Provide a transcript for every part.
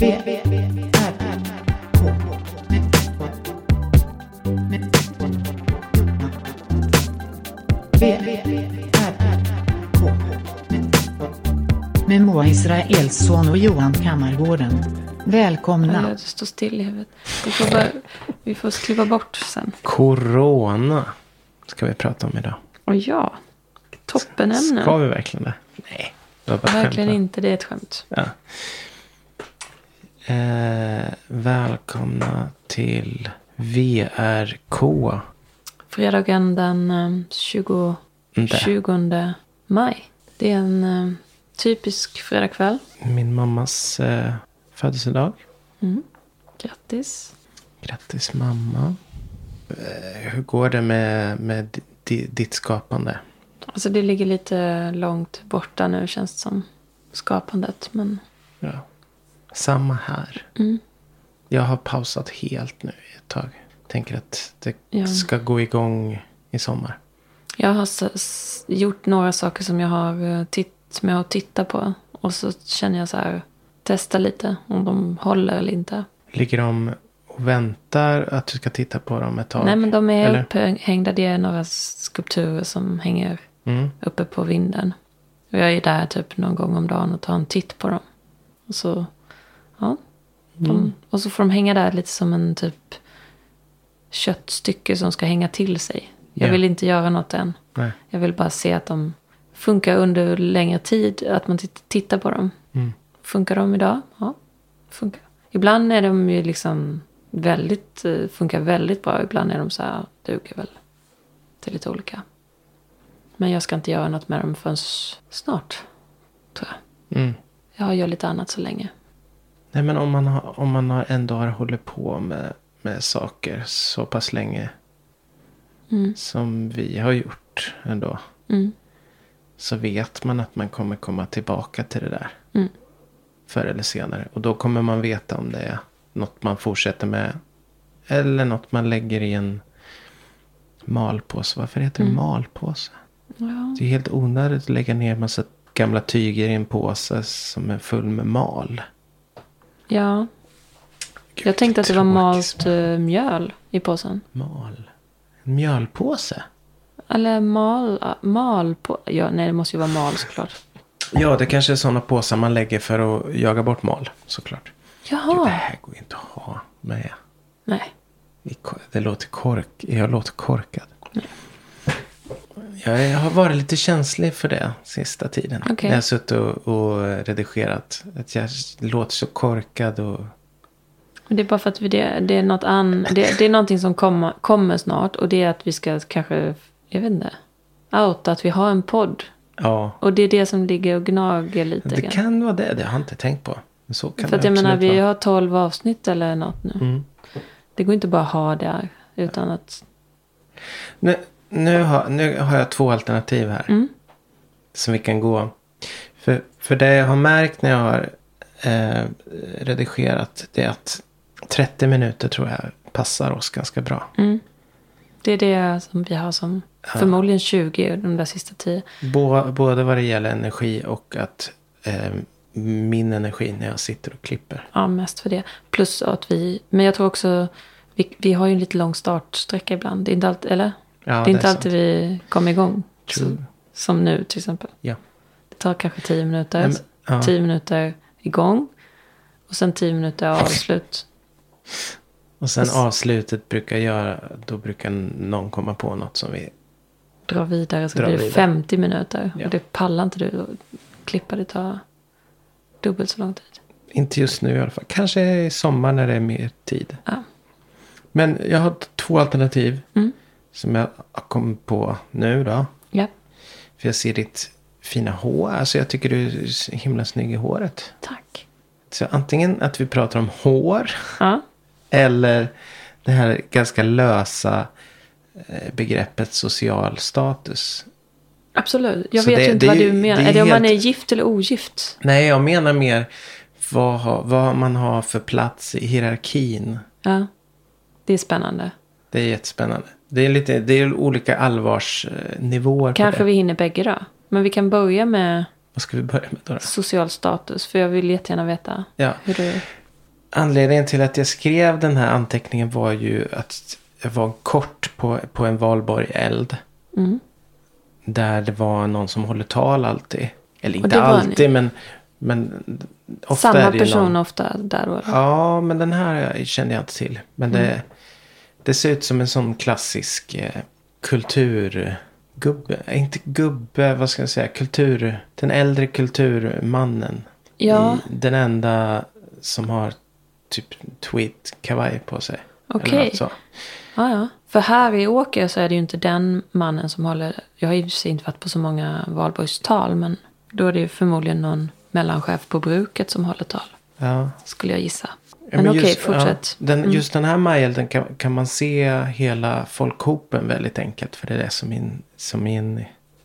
V, R, K. V, R, K. Med Moa Israelsson och Johan Kammargården. Ja, Välkomna. det står still i huvudet. Vi får, bara, vi får skriva bort sen. Corona ska vi prata om idag. Och ja, toppenämnen. Ska vi verkligen det? Nej. Det var bara ett Verkligen skämt, inte, det är ett skämt. va? Ja. Eh, välkomna till VRK. Fredagen den eh, 20, Inte. 20 maj. Det är en eh, typisk fredagkväll. Min mammas eh, födelsedag. Grattis. Grattis mamma. Eh, hur går det med, med di- di, ditt skapande? Alltså det ligger lite långt borta nu känns det som. Skapandet. Men Ja. Samma här. Mm. Jag har pausat helt nu i ett tag. Tänker att det Ja. ska gå igång i sommar. jag har s- s- gjort några saker som jag har eh, titt, som jag har tittat på. Och så känner jag så här. Testa lite om de håller eller inte. Ligger de och väntar att du ska titta på dem ett tag? Nej men de är Eller? upphängda. Det är några skulpturer som hänger Mm. uppe på vinden. Och jag är där typ någon gång om dagen och tar en titt på dem. Och så, ja, de, Mm. och så får de hänga där lite som en typ köttstycke som ska hänga till sig. Jag Ja. vill inte göra något än. Nej. Jag vill bara se att de funkar under längre tid. Att man tit- tittar på dem. Mm. Funkar de idag? Ja, funkar. Ibland är de ju liksom väldigt, eh, funkar väldigt bra. Ibland är de så här, duger väl till lite olika. Men jag ska inte göra något med dem förrän snart, tror jag. Mm. Jag gör lite annat så länge. Nej men om man, har, om man har ändå har hållit på med, med saker så pass länge. Mm. Som vi har gjort ändå. Mm. Så vet man att man kommer komma tillbaka till det där. Mm. Förr eller senare. Och då kommer man veta om det är något man fortsätter med. Eller något man lägger i en malpåse. Varför heter det Mm. malpåse? Ja. Det är helt onödigt att lägga ner massa gamla tyger i en påse som är full med mal. ja. Gud, Jag tänkte att det var tråkigt. malt eh, mjöl i påsen. Mal? En mjölpåse? Eller mal, ah, mal på, ja, nej det måste ju vara mal såklart. Ja, det kanske är sådana påsar man lägger för att jaga bort mal, såklart. Gud, det Jaha. här går ju inte att ha med. Nej. i ko- Det låter kork. Jag låter korkad. Jag har varit lite känslig för det sista tiden. Okej. När jag har suttit och, och redigerat. Att jag låter så korkad och... Men det är bara för att vi, det, det, är något an, det, det är någonting som komma, kommer snart och det är att vi ska kanske, jag vet inte, outa att vi har en podd. Ja, Och det är det som ligger och gnager lite. det grann. kan vara det. Det har jag inte tänkt på. Men så kan för att det jag menar, absolut vi vara. har tolv avsnitt eller något nu. Mm. Det går inte bara att ha där utan att, Nu, nu, har, nu har jag två alternativ här. Mm. Som vi kan gå. För, för det jag har märkt när jag har eh, redigerat. Det är att 30 minuter tror jag passar oss ganska bra. Mm. det är det som vi har som, förmodligen 20 de där sista tio. Bå, både vad det gäller energi och att eh, min energi när jag sitter och klipper. Ja, mest för det. Plus att vi, men jag tror också, vi, vi har ju en lite lång startsträcka ibland. Det är inte alltid, eller? Ja, det är inte sant. alltid vi kommer igång. True. Så, som nu till exempel. Ja. Det tar kanske tio Nej, minuter. men- ja. Tio minuter igång. Och sen tio minuter avslut. Och sen avslutet brukar jag göra. Då brukar någon komma på något som vi Dra vidare så Dra blir det vidare. 50 minuter. Ja. Och det pallar inte du att klippa. Det tar dubbelt så lång tid. Inte just nu i alla fall. Kanske i sommar när det är mer tid. Ja. Men jag har två alternativ. Mm. Som jag har kommit på nu då. Ja, För jag ser ditt fina hår. Alltså jag tycker du är så himla snygg i håret. tack. Så antingen att vi pratar om hår. Ja, Eller det här ganska lösa eh, begreppet social status. absolut. Jag Så vet det- ju inte det är vad ju- du menar. det Är är det, om man är helt- gift eller ogift? Nej, jag menar mer vad, ha- vad man har för plats i hierarkin. Ja, det är spännande. Det är jättespännande. Det är, lite, det är olika allvarsnivåer Kanske på det. vi hinner bägge då. Men vi kan börja med Vad ska vi börja med då? då? social status. För jag vill jättegärna veta Ja. hur du... Anledningen till att jag skrev den här anteckningen var ju att jag var kort på, på en valborg eld. Mm. Där det var någon som håller tal alltid. Eller det inte var ni. alltid men, men ofta Samma är det ju person någon. ofta där och då. Ja, men den här kände jag inte till. Men Mm. det, det ser ut som en sån klassisk eh, kulturgubbe. eh, Inte gubbe, vad ska jag säga? Kultur. Den äldre kulturmannen. Ja. I, den enda som har typ tweet-kavaj på sig. Eller Okej. något så. Ja, ja. För här vi åker så är det ju inte den mannen som håller. Jag har i och för sig inte varit på så många valborgstal. Men då är det ju förmodligen någon mellanchef på bruket som håller tal. Ja. Skulle jag gissa. Ja, Men, okej, just- fortsätt. Mm. ja, den, Just den här majelden kan, kan man se hela folkhopen väldigt enkelt. För det är som i en, som i en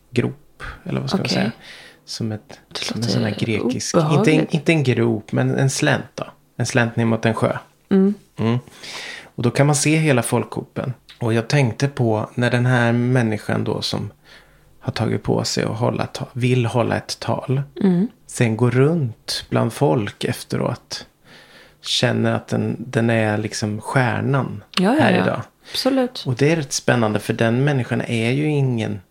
grop. Eller vad ska man Okej. säga? Som, ett, som en låter sån här grekisk. Inte, obehagligt. en- inte en grop, men en slänt då. En slänt ner mot en sjö. Mm. Och då kan man se hela folkhopen. Och jag tänkte på när den här människan då som har tagit på sig och hålla ta- vill hålla ett tal. Mm. Sen går runt bland folk efteråt. Känner att den, den är liksom stjärnan Ja, ja, här ja. idag. Absolut. Och det är rätt spännande för den människan är ju ingen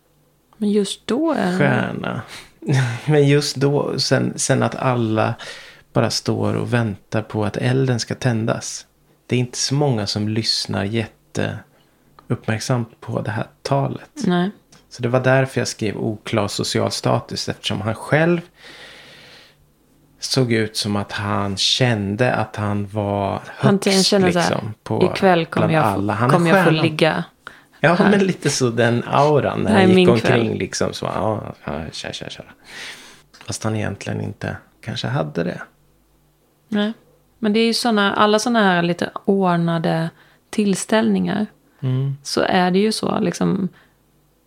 Men just då är det... stjärna. Men just då, sen, sen att alla bara står och väntar på att elden ska tändas. Det är inte så många som lyssnar jätteuppmärksamt på det här talet. Nej. Så det var därför jag skrev oklar social status eftersom han själv såg ut som att han kände att han var högst. Han känner så här. liksom, på, ikväll kommer bland jag, alla. Han alla. är Kom jag få stjärnan." ligga. Ja, här. men lite så den auran när Det här är han gick min omkring kväll. liksom. Så, ja, ja, tja, tja, tja. Fast han egentligen inte kanske hade det. Nej. Men det är ju såna, alla sådana här lite ordnade tillställningar. Så är det ju så. Liksom,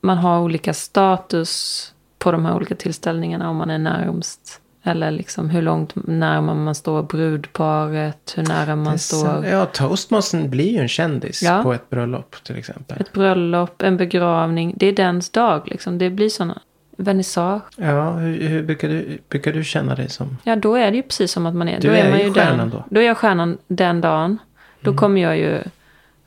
man har olika status på de här olika tillställningarna. Om man är närmst. Eller liksom hur långt närmare man står brudparet. Hur nära man står Ja, toastmastern blir ju en kändis Ja. på ett bröllop till exempel. ett bröllop, en begravning. Det är dens dag. Liksom. Det blir sådana. Vernissage. Ja, hur, hur brukar, du, brukar du känna dig som? Ja, då är det ju precis som att man är. Du då är, är man ju ju stjärnan den, då. Mm. Då är jag stjärnan den dagen. Då kommer jag ju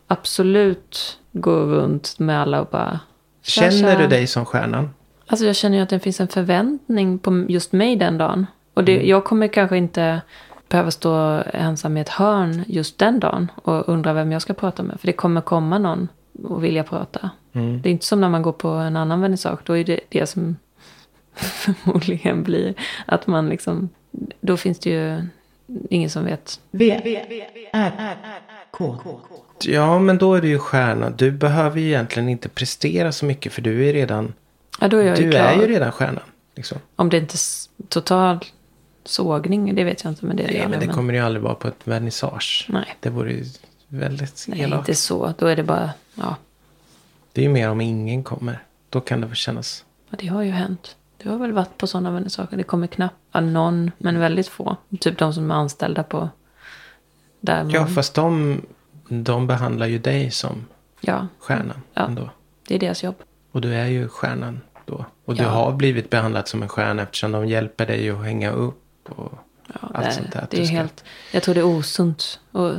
absolut gå runt med alla och bara... tja, Känner tja. du dig som stjärnan? Alltså jag känner ju att det finns en förväntning på just mig den dagen. Och Mm. det, jag kommer kanske inte behöva stå ensam i ett hörn just den dagen och undra vem jag ska prata med. För det kommer komma någon och vilja prata. Mm. Det är inte som när man går på en annan vernissage. Då är det det som förmodligen blir att man liksom... Då finns det ju ingen som vet. V, V, R, R, K. Ja, men då är du ju stjärna. Du behöver ju egentligen inte prestera så mycket för du är redan, Ja, då är jag ju du klar. är ju redan stjärnan. Liksom. Om det inte är s- total sågning, det vet jag inte. Men det är Nej, jag men det menar. kommer ju aldrig vara på ett vernissage. Nej. Det vore ju väldigt Nej, elakt. inte så. Då är det bara... Ja, Det är ju mer om ingen kommer. Då kan det väl kännas. Ja, det har ju hänt. Du har väl varit på sådana vernissager? Det kommer knappt ja, någon, men väldigt få. Typ de som är anställda på... Där man, Ja, ja, fast de, de behandlar ju dig som stjärnan Ja. ändå. det är deras jobb. Och du är ju stjärnan då. Och du Ja. har blivit behandlad som en stjärna eftersom de hjälper dig att hänga upp och Ja, allt det, sånt där. Att Eh, det du är ska- helt, jag tror det är osunt och,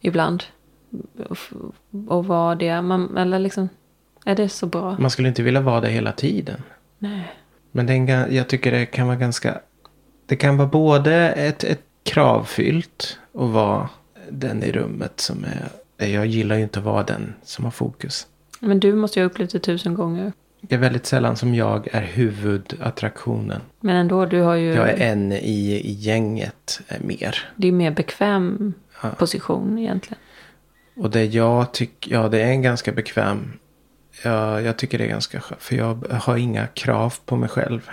ibland. Och, och vad det är. Man, eller liksom, är det så bra? Man skulle inte vilja vara det hela tiden. Nej. Men det är en, ga- jag tycker det kan vara ganska... Det kan vara både ett, ett kravfyllt och vara den i rummet som är... Jag gillar ju inte att vara den som har fokus. Men du måste ju ha upplevt det tusen gånger. Det är väldigt sällan som jag är huvudattraktionen. Men ändå, du har ju... Jag är en i, i gänget eh, mer. Det är ju mer bekväm Ja. position egentligen. Och det jag tycker, ja det är en ganska bekväm, ja, jag tycker det är ganska skönt. För jag har inga krav på mig själv.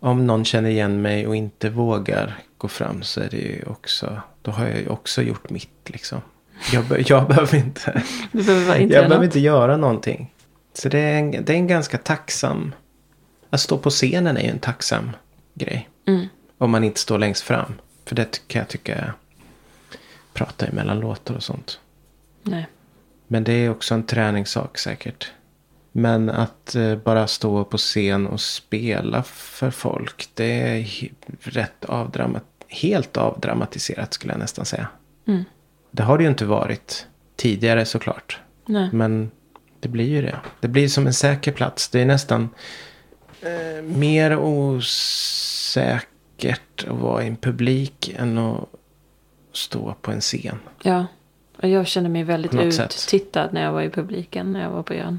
Om någon känner igen mig och inte vågar gå fram så är det ju också, då har jag ju också gjort mitt liksom. Jag, be, jag behöver inte, Du behöver bara inte jag göra behöver något. inte göra någonting. Så det är, en, det är en ganska tacksam, att stå på scenen är ju en tacksam grej. Mm. Om man inte står längst fram. För det kan jag tycka, prata emellan låtar och sånt. Nej. Men det är också en träningssak säkert. Men att eh, bara stå på scen och spela för folk. Det är hi- rätt avdramat- helt avdramatiserat skulle jag nästan säga. Mm. Det har det ju inte varit tidigare såklart. Nej. Men det blir ju det. Det blir som en säker plats. Det är nästan eh, mer osäkert att vara i en publik än att stå på en scen. Ja. Och jag kände mig väldigt På något sätt. uttittad när jag var i publiken. När jag var på er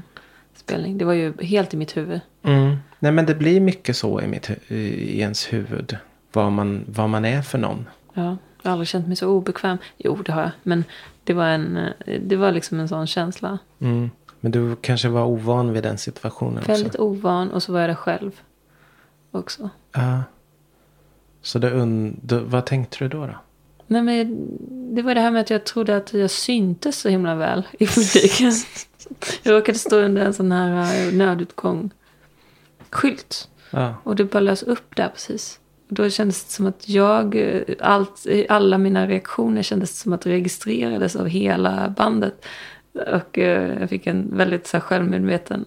spelning. Det var ju helt i mitt huvud. Mm. Nej men det blir mycket så i, mitt, hu- i ens huvud. Vad man, vad man är för någon. Ja, jag har aldrig känt mig så obekväm. Jo, det har jag. Men det var, en, eh, det var liksom en sån känsla. Mm. Men du kanske var ovan vid den situationen Väldigt också. ovan. Och så var jag där själv. Också. Ja. Så det und- då, vad tänkte du då? då? Nej, men det var det här med att jag trodde att jag syntes så himla väl i publiken. Jag råkade stå under en sån här eh, nödutgång-skylt. Ja. Och det bara lös upp där precis. Och då kändes det som att jag, eh, allt, eh, alla mina reaktioner kändes som att registrerades av hela bandet. Och eh, jag fick en väldigt så här, självmedveten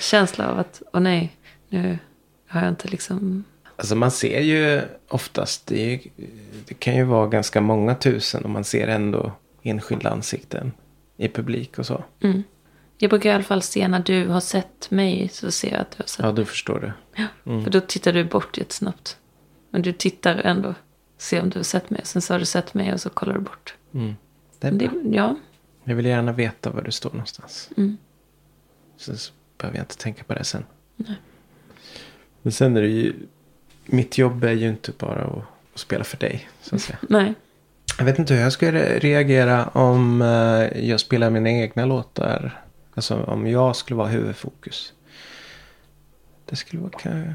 känsla av att, åh nej, nu har jag inte liksom... Alltså man ser ju oftast, det, är ju, det kan ju vara ganska många tusen och man ser ändå enskilda ansikten i publik och så. Jag brukar i alla fall se när du har sett mig så ser jag att du har sett Ja, du förstår det. För då tittar du bort jättesnabbt. Men du tittar ändå. Se om du har sett mig. Sen så har du sett mig och så kollar du bort. Mm. det, är Men Det, bra. ja, Jag vill gärna veta var du står någonstans. Mm. Sen så behöver jag inte tänka på det sen. Men sen är det ju, mitt jobb är ju inte bara att, att spela för dig. Mm. Så att säga. nej. Jag vet inte hur jag skulle reagera om eh, jag spelar mina egna låtar. Alltså om jag skulle vara huvudfokus. Det skulle vara ka-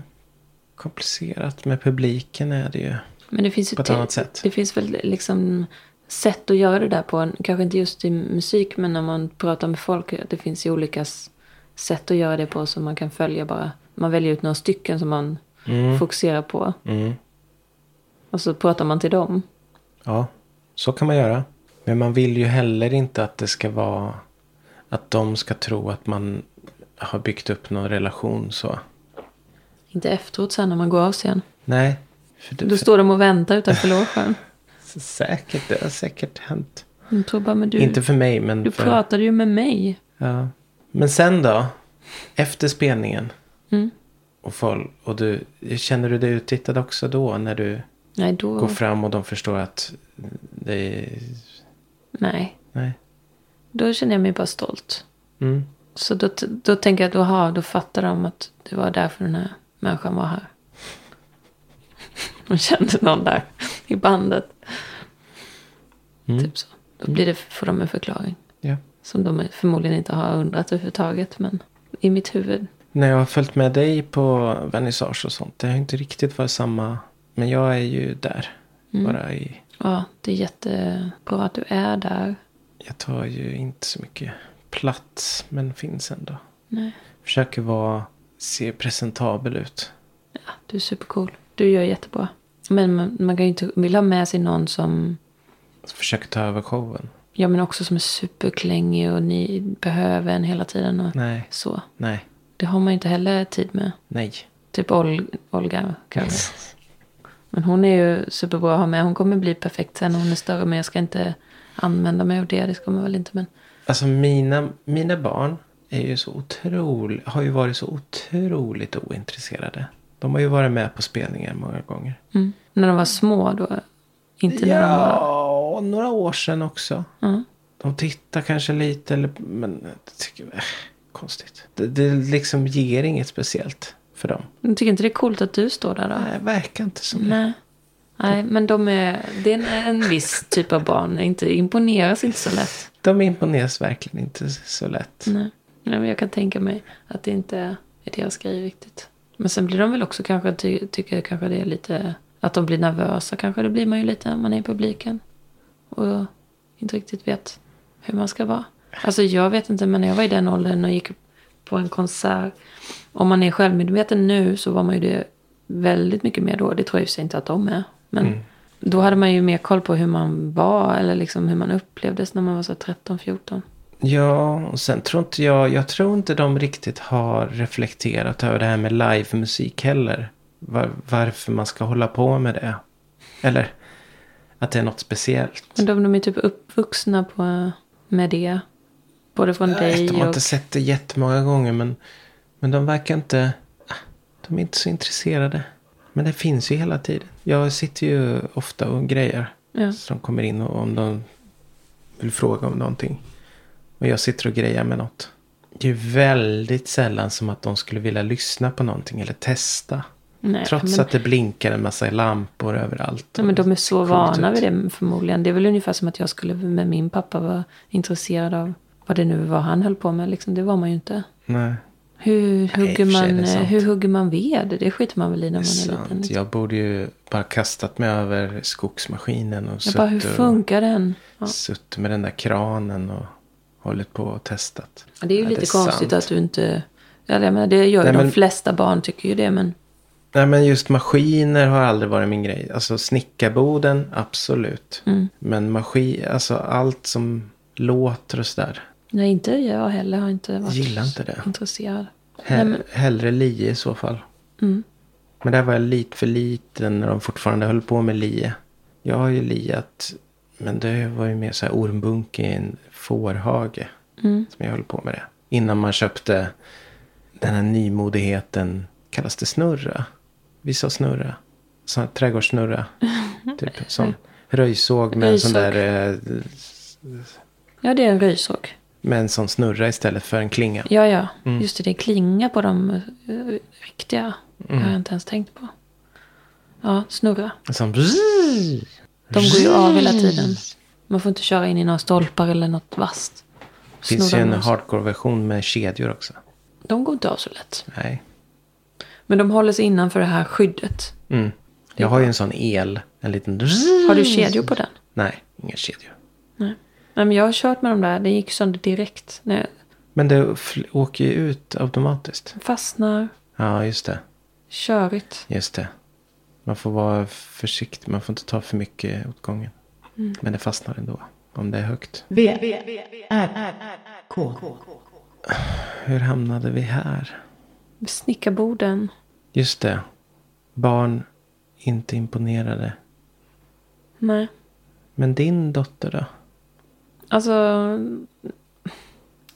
komplicerat. Med publiken är det ju. Men det finns ju På ett te- annat sätt. Det finns väl liksom sätt att göra det där på. En- Kanske inte just i musik, men när man pratar med folk. att Det finns ju olika s- sätt att göra det på som man kan följa bara. Man väljer ut några stycken som man Mm. fokuserar på. Och så pratar man till dem. Ja, så kan man göra. Men man vill ju heller inte att det ska vara. Att de ska tro att man har byggt upp någon relation så. Inte efteråt sen när man går av scen. Nej. För det, Då står de och väntar utanför logen. för, säkert, det har säkert hänt. De tror bara, men du... inte för mig men Du för. pratade ju med mig. Ja. Men sen då? Efter spelningen. Mm. Och, folk, och du, känner du dig uttittad också då? När du Nej, då... går fram och de förstår att det är... Nej. Nej. Då känner jag mig bara stolt. Mm. Så då, t- då tänker jag att, aha, då fattar de att det var därför den här människan var här. De kände någon där i bandet. Typ så. Då blir det, får de en förklaring. Ja. Som de förmodligen inte har undrat överhuvudtaget. Men i mitt huvud. När jag har följt med dig på vernissage och sånt. Det har inte riktigt varit samma. Men jag är ju där. Bara i... Ja, det är jättebra att du är där. Jag tar ju inte så mycket plats. Men finns ändå. Nej. Försöker vara... Se presentabel ut. Ja, du är supercool. Du gör jättebra. Men man, man kan ju inte vilja ha med sig någon som Försöker ta över showen. Ja, men också som är superklängig och ni behöver en hela tiden och Nej. så. Nej. Det har man ju inte heller tid med. Nej. Typ Ol Olga kanske. Men hon är ju superbra att ha med. Hon kommer bli perfekt sen när hon är större. Men jag ska inte använda mig av det. Det ska man väl inte. Men Alltså mina, mina barn är ju så otroligt, har ju varit så otroligt ointresserade. De har ju varit med på spelningar många gånger. mm. när de var små då. Inte när de var... Ja, några år sedan också. Ja. De tittar kanske lite, eller, men jag tycker äh, konstigt. Det, det liksom ger inget speciellt för dem. Jag tycker inte det är coolt att du står där då? Nej, verkar inte som det. Nej. Nej, men de är... Det är en, en viss typ av barn. Inte imponeras inte så lätt. De imponeras verkligen inte så lätt. Nej. Nej, men jag kan tänka mig att det inte är deras grej riktigt. Men sen blir de väl också kanske, ty tycker kanske det är lite, att de blir nervösa kanske. Det blir man ju lite när man är i publiken. Och inte riktigt vet hur man ska vara. Alltså jag vet inte, men när jag var i den åldern och gick på en konsert. Om man är självmedveten nu så var man ju det väldigt mycket mer då. Det tror jag i och för sig inte att de är. Men då hade man ju mer koll på hur man var eller liksom hur man upplevdes när man var så 13-14. Ja, och sen tror inte jag, jag tror inte de riktigt har reflekterat över det här med livemusik heller. Var, varför man ska hålla på med det. Eller att det är något speciellt. Men de, de är typ uppvuxna på, med det. Både från Jag vet, dig de har och... inte sett det jättemånga gånger men, men de verkar inte... ah, De är inte så intresserade. Men det finns ju hela tiden. Jag sitter ju ofta och grejer. Ja. Så de kommer in och om de vill fråga om någonting. Och jag sitter och grejer med något. Det är ju väldigt sällan som att de skulle vilja lyssna på någonting eller testa. Nej, Trots men, att det blinkar en massa lampor överallt. nej, men de är så vana ut. vid det förmodligen. Det är väl ungefär som att jag skulle med min pappa vara intresserad av vad det nu var han höll på med. Liksom, det var man ju inte. Nej, Hur Nej, i och för hugger, sig, man, eh, det är sant. hur hugger man ved? Det skiter man väl i när det är man är, liten. sant. Jag borde ju bara kastat mig över skogsmaskinen och Jag bara, hur suttit och- funkar den? Ja. suttit med den där kranen och hållit på och testat. Det är ju Ja, lite är konstigt sant. att du inte... Eller, jag menar, det gör ju Nej, de men- flesta barn, tycker ju det. Men Nej men just maskiner har aldrig varit min grej. Alltså snickarboden, absolut. Mm. Men maskin, alltså allt som låter och sådär. nej, inte jag heller har inte varit Gillar inte det. intresserad. Hell, Hellre lie i så fall. Mm. Men där var jag lite för liten när de fortfarande höll på med lie. Jag har ju liat, men det var ju mer så här ormbunke i en fårhage. Mm. Som jag höll på med det. Innan man köpte den här nymodigheten, kallas det snurra? Vi sa snurra. Sån här trädgårdssnurra. typ som röjsåg med en sån Röjsåg. där... eh, Ja, det är en röjsåg. Med en sån snurra istället för en klinga. Ja, ja. Mm. Just det, det klingar på de eh, riktiga. Det Mm. har jag inte ens tänkt på. Ja, snurra. En sån... De går ju av hela tiden. Man får inte köra in i några stolpar eller något vasst. Det finns ju en Snurrar. hardcore-version med kedjor också. De går inte av så lätt. Nej. Men de håller sig innanför det här skyddet. Mm. Jag har ju en sån el. En liten... Har Mm. du kedjor på den? Nej, inga kedjor. Nej. Nej, men jag har kört med de där. Den gick sönder direkt. När jag Men det fl- åker ju ut automatiskt. fastnar. Ja, just det. Körigt. Just det. Man får vara försiktig. Man får inte ta för mycket åt gången. Mm. Men det fastnar ändå. Om det är högt. V, R, K. Hur hamnade vi här? Snickarborden. Just det. Barn inte imponerade. Nej. Men din dotter då? Alltså.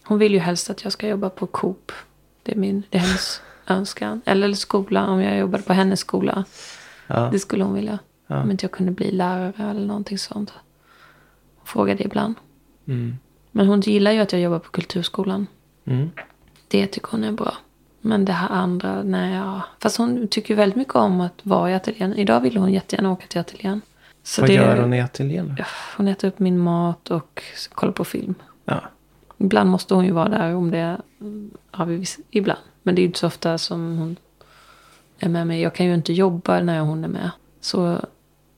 Hon vill ju helst att jag ska jobba på Coop. Det är, min, det är hennes önskan. Eller skola. Om jag jobbade på hennes skola. Ja. Det skulle hon vilja. Om inte jag kunde bli lärare eller någonting sånt. Hon frågade ibland. Mm. Men hon gillar ju att jag jobbar på kulturskolan. Mm. Det tycker hon är bra. Men det här andra, nej. Ja. Fast hon tycker ju väldigt mycket om att vara i ateljén. Idag vill hon jättegärna åka till ateljén. Så Vad det- gör hon i ateljén? då? Ja, Hon äter upp min mat och kollar på film. Ja. Ibland måste hon ju vara där om det... Ja, vi- visst, ibland. Men det är ju inte så ofta som hon är med mig. Jag kan ju inte jobba när hon är med. Så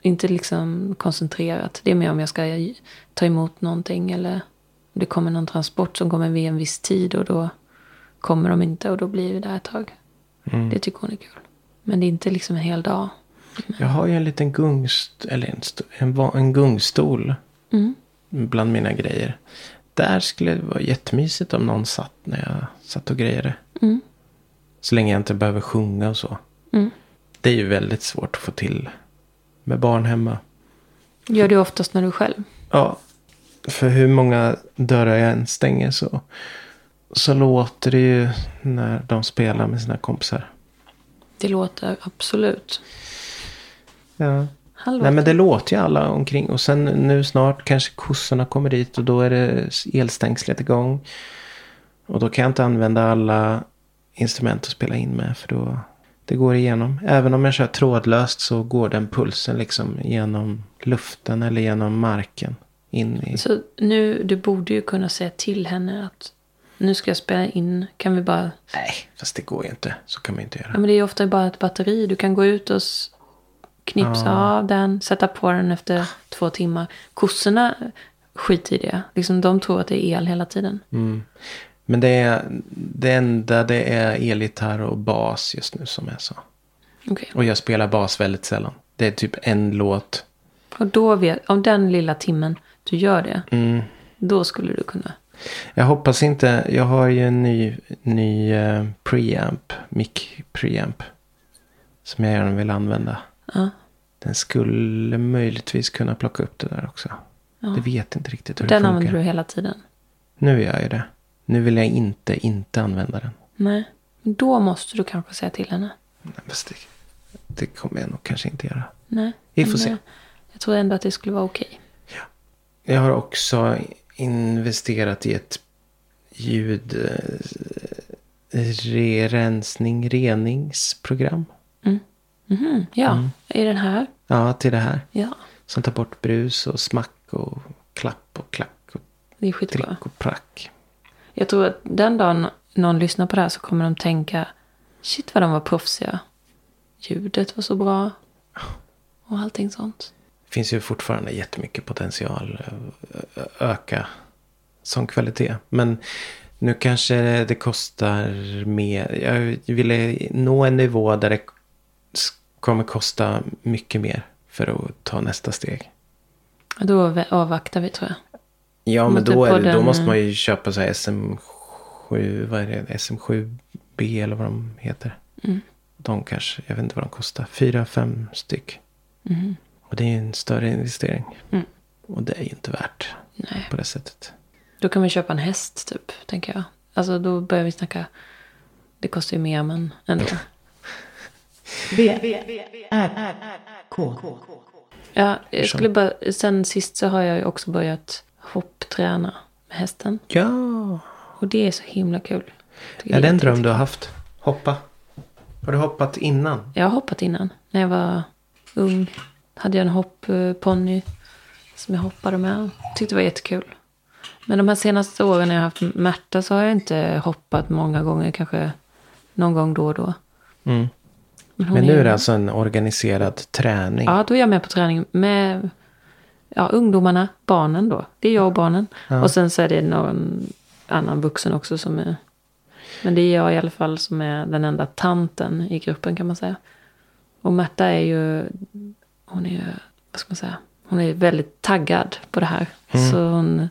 inte liksom koncentrerat. Det är mer om jag ska i- ta emot någonting eller om det kommer någon transport som kommer vid en viss tid och då kommer de inte och då blir vi där ett tag. Mm. Det tycker hon är kul. Men det är inte liksom en hel dag. Jag har ju en liten gungst, eller en, st- en, va- en gungstol. Mm. Bland mina grejer. Där skulle det vara jättemysigt om någon satt när jag satt och grejade. Mm. Så länge jag inte behöver sjunga och så. Det är ju väldigt svårt att få till med barn hemma. Gör du oftast när du är själv? Ja, för hur många dörrar jag än stänger så, så låter det ju när de spelar med sina kompisar. Det låter absolut. Ja. Hallå. Nej men det låter ju alla omkring. Och sen nu snart kanske kossorna kommer dit och då är det elstängslet igång. Och då kan jag inte använda alla instrument att spela in med för då det går igenom. Även om jag kör trådlöst så går den pulsen liksom genom luften eller genom marken. In i... Så nu, du borde ju kunna säga till henne att nu ska jag spela in, kan vi bara... Nej, fast det går ju inte. Så kan man ju inte Ja, göra. men det är ju ofta bara ett batteri, du kan gå ut och s- knipsa av den, sätta på den efter två timmar. Kossorna skiter i det, liksom, de tror att det är el hela tiden. Mm. Men det, är, det enda det är elgitarr och bas just nu som jag sa. Okej. Och jag spelar bas väldigt sällan. Det är typ en låt. Och då vet, om den lilla timmen du gör det, Mm. då skulle du kunna... Jag hoppas inte. Jag har ju en ny, ny eh, preamp. Mic preamp. Som jag gärna vill använda. Ja. Den skulle möjligtvis kunna plocka upp det där också. Ja. Det vet inte riktigt Den hur det funkar. använder du hela tiden? Nu gör jag det. Nu vill jag inte inte använda den. Nej. Men Då måste du kanske säga till henne. Nej, fast det, det kommer jag nog kanske inte göra. Nej. Vi får Men, se. eh, Jag tror ändå att det skulle vara okej. Jag har också investerat i ett ljud eh, re- rensning, reningsprogram. Mhm, Ja, Mm. i den här. Ja, till det här. Ja, Som tar bort brus och smack och klapp och klack och det är skitbra. trick och prack. Jag tror att den dagen någon lyssnar på det här så kommer de tänka shit vad de var proffsiga. Ljudet var så bra. Och allting sånt. Det finns ju fortfarande jättemycket potential eh, ö- öka som kvalitet. Men nu kanske det kostar mer. Jag ville nå en nivå där det s- kommer kosta mycket mer för att ta nästa steg. Då av- avvaktar vi tror jag. Ja, men Mot då, ett är det, då podden- måste man ju köpa så här SM7, vad är det? SM7B eller vad de heter. Mm. De kanske, jag vet inte vad de kostar, fyra, fem styck. Mm-hmm. Och det är ju en större investering. Och det är ju inte värt Mm. Nej. på det sättet. Då kan man köpa en häst typ, tänker jag. Alltså då börjar vi snacka. Det kostar ju mer men ändå. B B- R K Ja, jag skulle bara, sen sist så har jag ju också börjat hoppträna med hästen. Ja, Och det är så himla kul. Tycker är det en jätte- dröm du har haft? Hoppa. Har du hoppat innan? Jag har hoppat innan. När jag var ung hade jag en hoppponny som jag hoppade med. Tyckte det var jättekul. Men de här senaste åren när jag har haft Märta så har jag inte hoppat många gånger. Kanske någon gång då och då. hon Men nu är ju- det alltså en organiserad träning. Ja, då är jag med på träning med ja, ungdomarna, barnen då. Det är jag och barnen. Och sen så är det någon annan vuxen också som är... Men det är jag i alla fall som är den enda tanten i gruppen kan man säga. Och Märta är ju... Hon är ju... Vad ska man säga? Hon är väldigt taggad på det här. Mm. Så hon,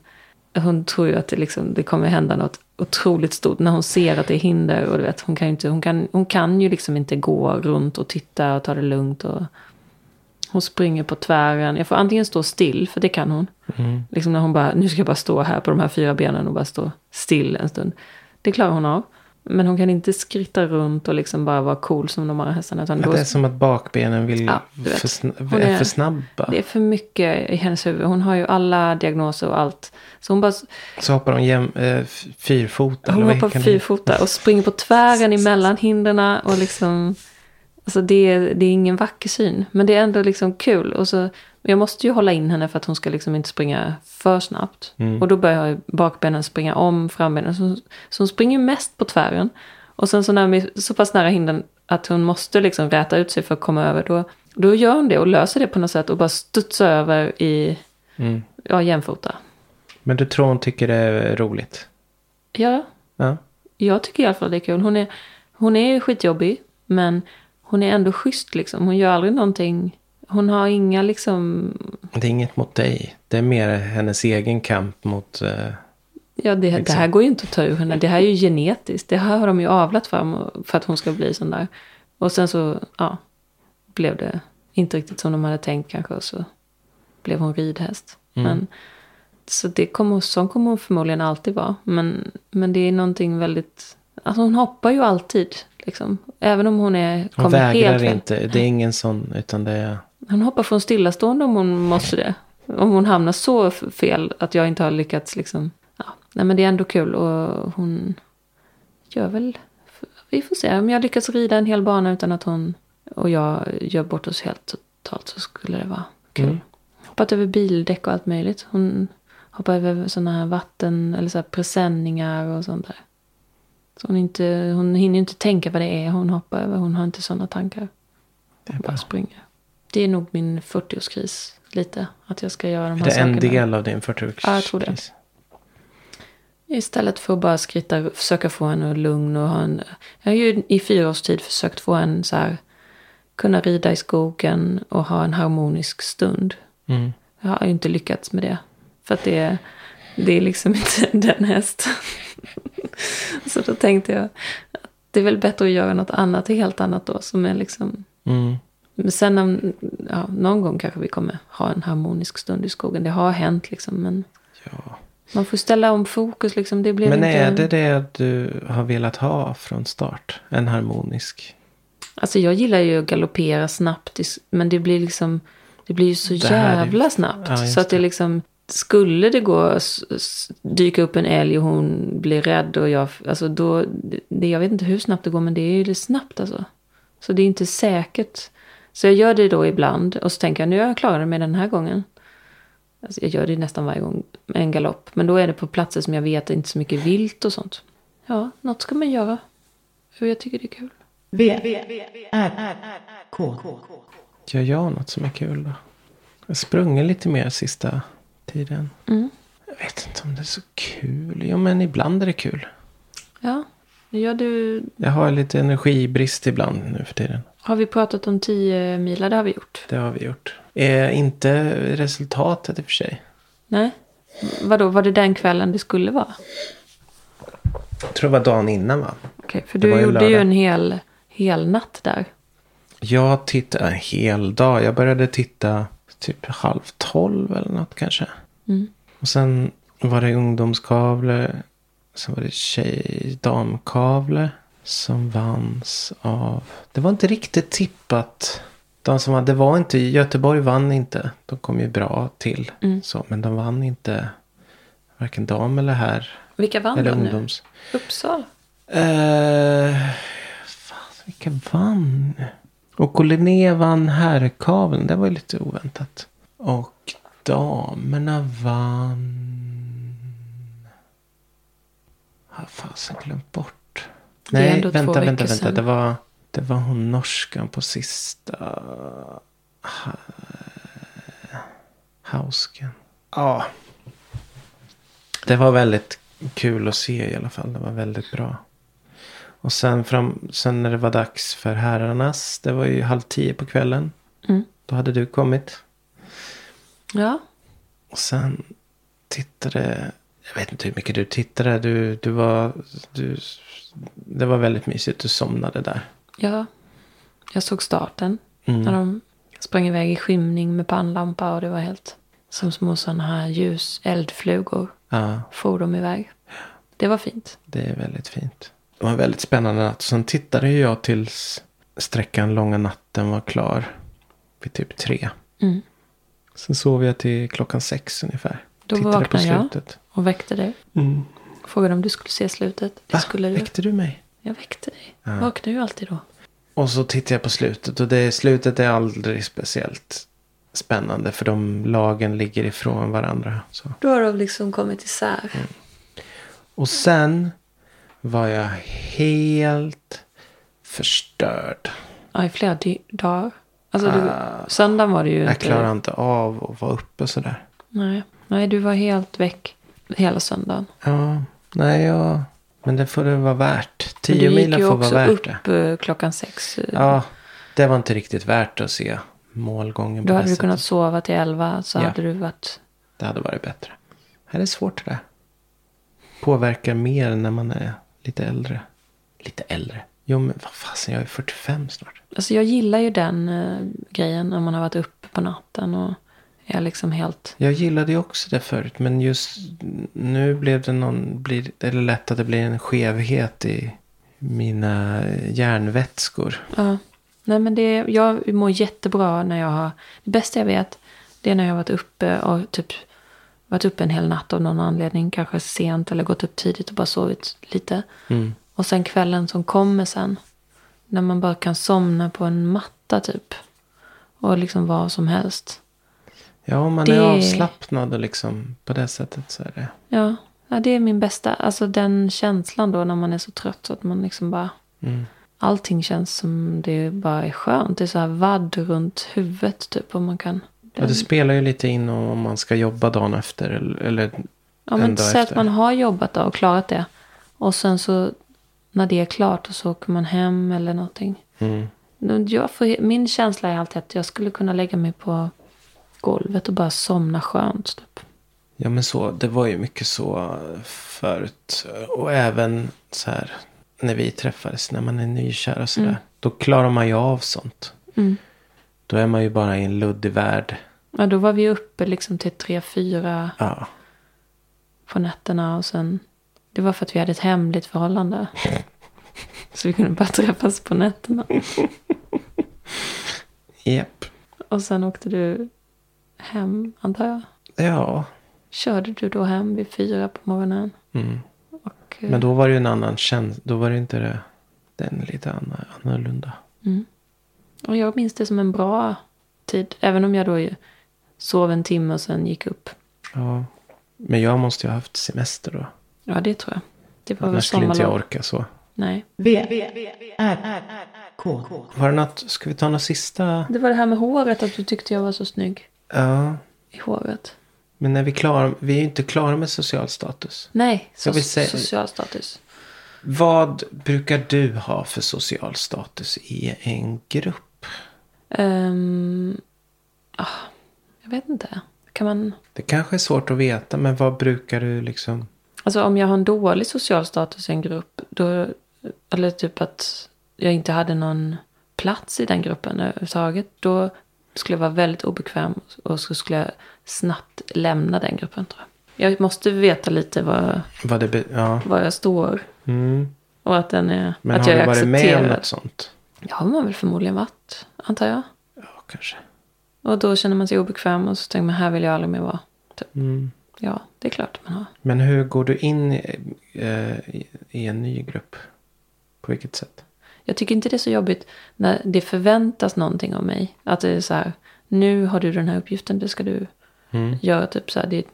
hon tror ju att det, liksom, det kommer hända något otroligt stort. När hon ser att det är hinder. Och du vet, hon, kan ju inte, hon, kan, hon kan ju liksom inte gå runt och titta och ta det lugnt. Och, hon springer på tvären. Jag får antingen stå still, för det kan hon. Mm. Liksom när hon bara, nu ska jag bara stå här på de här fyra benen och bara stå still en stund. Det klarar hon av. Men hon kan inte skritta runt och liksom bara vara cool som de andra hästarna. Utan Att då, det är som att bakbenen vill Ja, du vet. försna- Hon är är- för snabba. det är för mycket i hennes huvud. Hon har ju alla diagnoser och allt. Så hon bara, Så hoppar hon jäm, eh, f- fyrfota. hon eller vad hoppar kan det- fyrfota och springer på tvären emellan hindren och liksom... Alltså det, är- det är ingen vacker syn, men det är ändå liksom kul. Och så, jag måste ju hålla in henne för att hon ska liksom inte springa för snabbt. Mm. Och då börjar ju bakbenen springa om frambenen. Så, hon- så hon springer ju mest på tvären. Och sen så, när vi, så pass nära hindren att hon måste liksom räta ut sig för att komma över. Då, då gör hon det och löser det på något sätt och bara studsar över i Mm. ja, jämfota. Men du tror hon tycker det är roligt? Ja, Ja. Jag tycker i alla fall det är kul. Hon är, hon är ju skitjobbig, men hon är ändå schysst liksom. Hon gör aldrig någonting. Hon har inga liksom... Det är inget mot dig. Det är mer hennes egen kamp mot... Eh, Ja, det, det här Exakt. går ju inte att ta ur henne. Det här är ju genetiskt. Det här har de ju avlat fram och- för att hon ska bli sån där. Och sen så, ja, blev det inte riktigt som de hade tänkt kanske. Och så blev hon ridhäst. Mm. Men, så det kommer, sån kommer hon förmodligen alltid vara. Men, men det är någonting väldigt... Alltså hon hoppar ju alltid. Liksom. Även om hon är... hon kommer vägrar fel. inte. Det är ingen sån. Utan det är... Hon hoppar från stillastående om hon måste det. Om hon hamnar så f- fel att jag inte har lyckats liksom. Ja. Nej men det är ändå kul och hon gör väl. Vi får se. Om jag lyckas rida en hel bana utan att hon och jag gör bort oss helt totalt så skulle det vara kul. Mm. Hoppat över bildäck och allt möjligt. Hon hoppar över sådana här vatten eller så här presenningar och sånt där. Så hon, inte, hon hinner ju inte tänka vad det är hon hoppar över. Hon har inte sådana tankar. Hon bara springer. Det är nog min 40-årskris lite. Att jag ska göra de är här det en sakerna. del av din 40 Ja, jag tror det. Istället för att bara skritta, försöka få henne lugn och ha en... Jag har ju i fyra års tid försökt få henne så här... Kunna rida i skogen och ha en harmonisk stund. Jag har ju inte lyckats med det. För att det, det är liksom inte den hästen. så då tänkte jag att det är väl bättre att göra något annat, helt annat då. Som är liksom... Mm. Men sen om, ja, någon gång kanske vi kommer ha en harmonisk stund i skogen. Det har hänt liksom. Men Ja. man får ställa om fokus liksom. Det blir Men inte... är det det du har velat ha från start? En harmonisk? Alltså jag gillar ju att galoppera snabbt. i- Men det blir liksom... Det blir ju så Det här är- jävla snabbt. Ja, just så att det det. liksom... Skulle det gå s- s- dyka upp en älg och hon blir rädd och jag... Alltså då... Det, jag vet inte hur snabbt det går men det är ju det snabbt alltså. Så det är inte säkert. Så jag gör det då ibland. Och så tänker jag nu har jag klarat mig den här gången. Alltså jag gör det nästan varje gång med en galopp. Men då är det på platser som jag vet är inte så mycket vilt och sånt. Ja, något ska man göra. För jag tycker det är kul. V, V, R, R, K. Gör jag något som är kul då? Jag har sprungit lite mer sista tiden. Mm. Jag vet inte om det är så kul. Jo, men ibland är det kul. Ja, ja du, Jag har lite energibrist ibland nu för tiden. har vi pratat om 10 milar? Det har vi gjort. Det har vi gjort. Eh, inte resultatet i och för sig. Nej? Vadå, var det den kvällen det skulle vara? Jag tror det var dagen innan va? Okej, för Det var du ju gjorde lördag. ju en hel, hel natt där. Jag tittade en hel dag. Jag började titta typ halv tolv eller något kanske. Mm. Och sen var det ungdomskavle. Sen var det tjej damkavle. Som vanns av... Det var inte riktigt tippat. De som vann, det var inte... Göteborg vann inte. De kom ju bra till. Mm. Så, men de vann inte. Varken dam eller här. Vilka vann Eller då nu? ungdoms. Uppsala? Eh, fan, vilka vann? Och Linné vann herrkaveln. Det var ju lite oväntat. Och damerna vann... Har fasen glömt bort. Det är Nej, ändå två vänta, veckor vänta, vänta. sedan. Det var, det var hon norskan på sista... Ha- Hausken. Ja. Det var väldigt kul att se i alla fall. Det var väldigt bra. Och sen, fram, sen när det var dags för herrarnas. Det var ju halv tio på kvällen. Mm. Då hade du kommit. Ja. Och sen tittade, jag vet inte hur mycket du tittade. Du, du var, du, det var väldigt mysigt. Du somnade där. ja. Jag såg starten. Mm. När de sprang iväg i skymning med pannlampa och det var helt som små sådana här ljus, eldflugor. Ja, For de iväg. Det var fint. det är väldigt fint. Det var en väldigt spännande natt. Sen tittade ju jag tills sträckan långa natten var klar. Vid typ tre. Mm. Sen sov jag till klockan sex ungefär. Då tittade på vaknade jag. slutet. Och väckte dig. Mm. Frågade om du skulle se slutet. Det Va? skulle du. Väckte du mig? Jag väckte dig. Ja. Vaknar ju alltid då. Och så tittar jag på slutet och det slutet är aldrig speciellt spännande för de lagen ligger ifrån varandra. Så. Då har de liksom kommit isär. Mm. Och sen var jag helt förstörd. Ja, i flera dy- dagar. Alltså, du, Ah. söndagen var det ju Jag inte- klarar inte av att vara uppe sådär. Nej. Nej, du var helt väck hela söndagen. Ja, nej, jag... Men det får det vara värt. Men Tio milen får vara värt upp det. eh, klockan sex. eh, Ja, det var inte riktigt värt att se målgången Då på hade det du sättet. kunnat sova till elva. Så Ja. hade du varit... Det hade varit bättre. Det är svårt det där. Påverkar mer när man är lite äldre. Lite äldre? Jo men vad fasen, jag är 45 snart. Alltså jag gillar ju den eh, grejen när man har varit uppe på natten och är liksom helt... Jag gillade ju också det förut. Men just nu blev det någon, blir, eller lätt att det blir en skevhet i mina järnvätskor. Ja. Nej men det, jag mår jättebra när jag har... Det bästa jag vet, det är när jag har varit uppe och typ varit uppe en hel natt av någon anledning. Kanske sent eller gått upp tidigt och bara sovit lite. Mm. Och sen kvällen som kommer sen. När man bara kan somna på en matta typ. Och liksom vad som helst. Ja, om man Det- är avslappnad och liksom på det sättet så är det. Ja, ja, det är min bästa. Alltså den känslan då när man är så trött så att man liksom bara... Mm. Allting känns som det bara är skönt. Det är så här vadd runt huvudet typ. Och man kan... Och det spelar ju lite in om man ska jobba dagen efter. Eller, eller Ja, en men dag säg att efter. man har jobbat då och klarat det. Och sen så när det är klart och så åker man hem eller någonting. mm. Men Jag får, min känsla är alltid att jag skulle kunna lägga mig på golvet och bara somna skönt. Typ. Ja men så, det var ju mycket så förut. Och även så här när vi träffades, när man är nykär och sådär. Då klarar man ju av sånt. Då är man ju bara i en luddig värld. Ja, då var vi uppe liksom till tre, fyra Ja, på nätterna och sen... Det var för att vi hade ett hemligt förhållande. Så vi kunde bara träffas på nätterna. japp. Och sen åkte du hem, antar jag. Ja, Körde du då hem vid fyra på morgonen? Och, eh, Mm. men då var det ju en annan känsla. Då var det inte det. Den är lite anna- annorlunda. och jag minns det som en bra tid. Även om jag då ju sov en timme och sen gick upp. Ja. Men jag måste ju ha haft semester då. Ja, det tror jag. Det var väl Annars skulle inte jag sommarlov. orka så. Nej. V, V, R, K. Var det något, ska vi ta några sista? Det var det här med håret, att du tyckte jag var så snygg Ja. i håret. Men när vi klar, vi är ju inte klara med social status. Nej, so- Jag vill säga- social status. Vad brukar du ha för social status i en grupp? Ehm, ah, jag vet inte. Kan man... Det kanske är svårt att veta, men vad brukar du liksom? Alltså om jag har en dålig social status i en grupp. Då, eller typ att jag inte hade någon plats i den gruppen överhuvudtaget. Då skulle jag vara väldigt obekväm och så skulle jag snabbt lämna den gruppen tror jag. Jag måste veta lite var, Vad det be, ja. var jag står. Mm. Och att, den är, Men att har jag du är varit med om accepterad. något sånt? Det har man väl förmodligen varit, antar jag. Ja, kanske. Och då känner man sig obekväm och så tänker man här vill jag aldrig mer vara. Typ. Mm. Ja, det är klart man har. Men hur går du in i, eh, i- i en ny grupp? På vilket sätt? Jag tycker inte det är så jobbigt när det förväntas någonting av mig. Att det är så här, nu har du den här uppgiften, det ska du göra. Typ så här, det är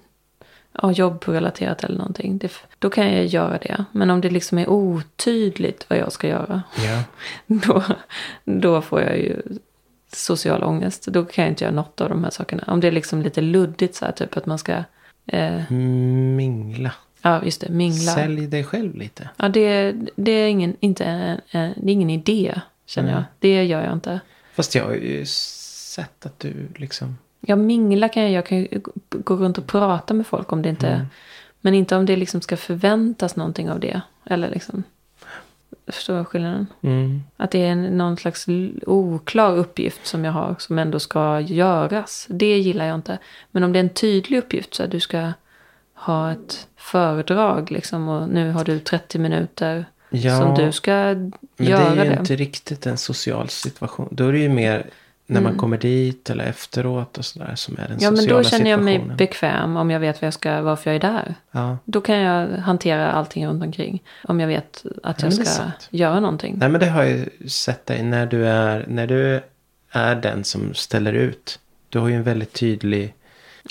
ja, jobbrelaterat eller någonting. Det, då kan jag göra det. Men om det liksom är otydligt vad jag ska göra. Ja. Då, då får jag ju social ångest. Då kan jag inte göra något av de här sakerna. Om det är liksom lite luddigt så här, typ att man ska, eh, Mingla. ja just det, mingla. Sälj dig själv lite. Ja, det, det, är ingen, inte, en- en- det är ingen idé, känner Mm. jag. Det gör jag inte. Fast jag har ju sett att du liksom... Jag minglar kan jag, jag kan ju gå runt och prata med folk om det inte... Mm. Men inte om det liksom ska förväntas någonting av det. Eller liksom... Förstår jag skillnaden? Mm. Att det är en- någon slags l- oklar uppgift som jag har som ändå ska göras. Det gillar jag inte. Men om det är en tydlig uppgift så att du ska ha ett föredrag liksom och nu har du 30 minuter Ja, som du ska Men göra det är ju det. inte riktigt en social situation. Då är det ju mer när man kommer dit eller efteråt och sådär som är den Mm. Ja, sociala men då känner jag mig situationen. bekväm om jag vet vad jag ska, varför jag är där. ja. Då kan jag hantera allting runt omkring. Om jag vet att Ja, jag men det ska är sant. göra någonting. Nej, men det har jag ju sett dig när du är, när du är den som ställer ut. Du har ju en väldigt tydlig...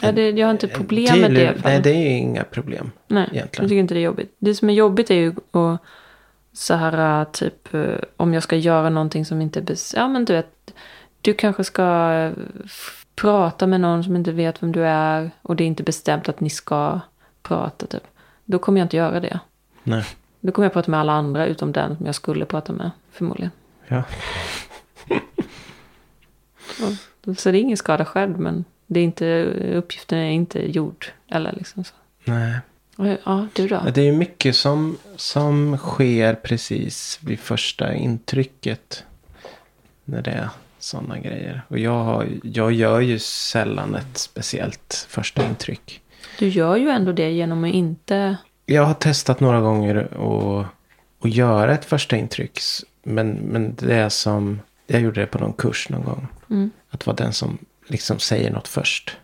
ja, det, jag har inte en problem med eh, tydlig- det. i alla fall. Nej, det är ju inga problem. Nej, egentligen. jag tycker inte det är jobbigt. Det som är jobbigt är ju att så här äh, typ äh, om jag ska göra någonting som inte är bes- Ja men du vet, du kanske ska äh, f- prata med någon som inte vet vem du är och det är inte bestämt att ni ska prata typ. Då kommer jag inte göra det. Nej. Då kommer jag prata med alla andra utom den som jag skulle prata med förmodligen. Ja. Och- Så det är ingen skada själv men det är inte, uppgiften är inte gjord. Eller liksom så. Nej. Och, Ja, du då? Ja, Det är ju mycket som, som sker precis vid första intrycket. När det är sådana grejer. Och jag, har, jag gör ju sällan ett speciellt första intryck. Du gör ju ändå det genom att inte Jag har testat några gånger och, och göra ett första intryck. s- Men, men det är som, jag gjorde det på någon kurs någon gång. Mm. Att vara den som liksom säger något först.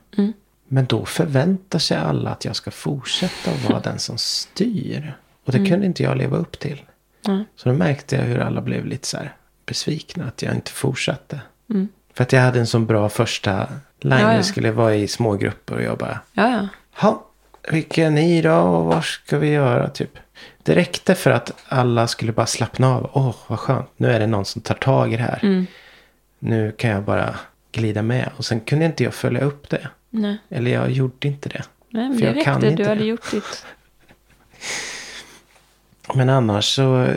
Men då förväntar sig alla att jag ska fortsätta att vara den som styr. Och Mm. det kunde inte jag leva upp till. Så då märkte jag hur alla blev lite så här besvikna att jag inte fortsatte. För att jag hade en sån bra första line. Mm. Ja, ja. Vi skulle vara i smågrupper och jag bara Ja, ja. Ja, vilka är ni då och vad ska vi göra typ? Det räckte för att alla skulle bara slappna av. Åh, vad skönt. Nu är det någon som tar tag i det här. Nu kan jag bara glida med. Och sen kunde inte jag följa upp det. Nej, Eller jag gjorde inte det. Nej men För det jag kan räckte. inte Du hade det. gjort ditt. Men annars så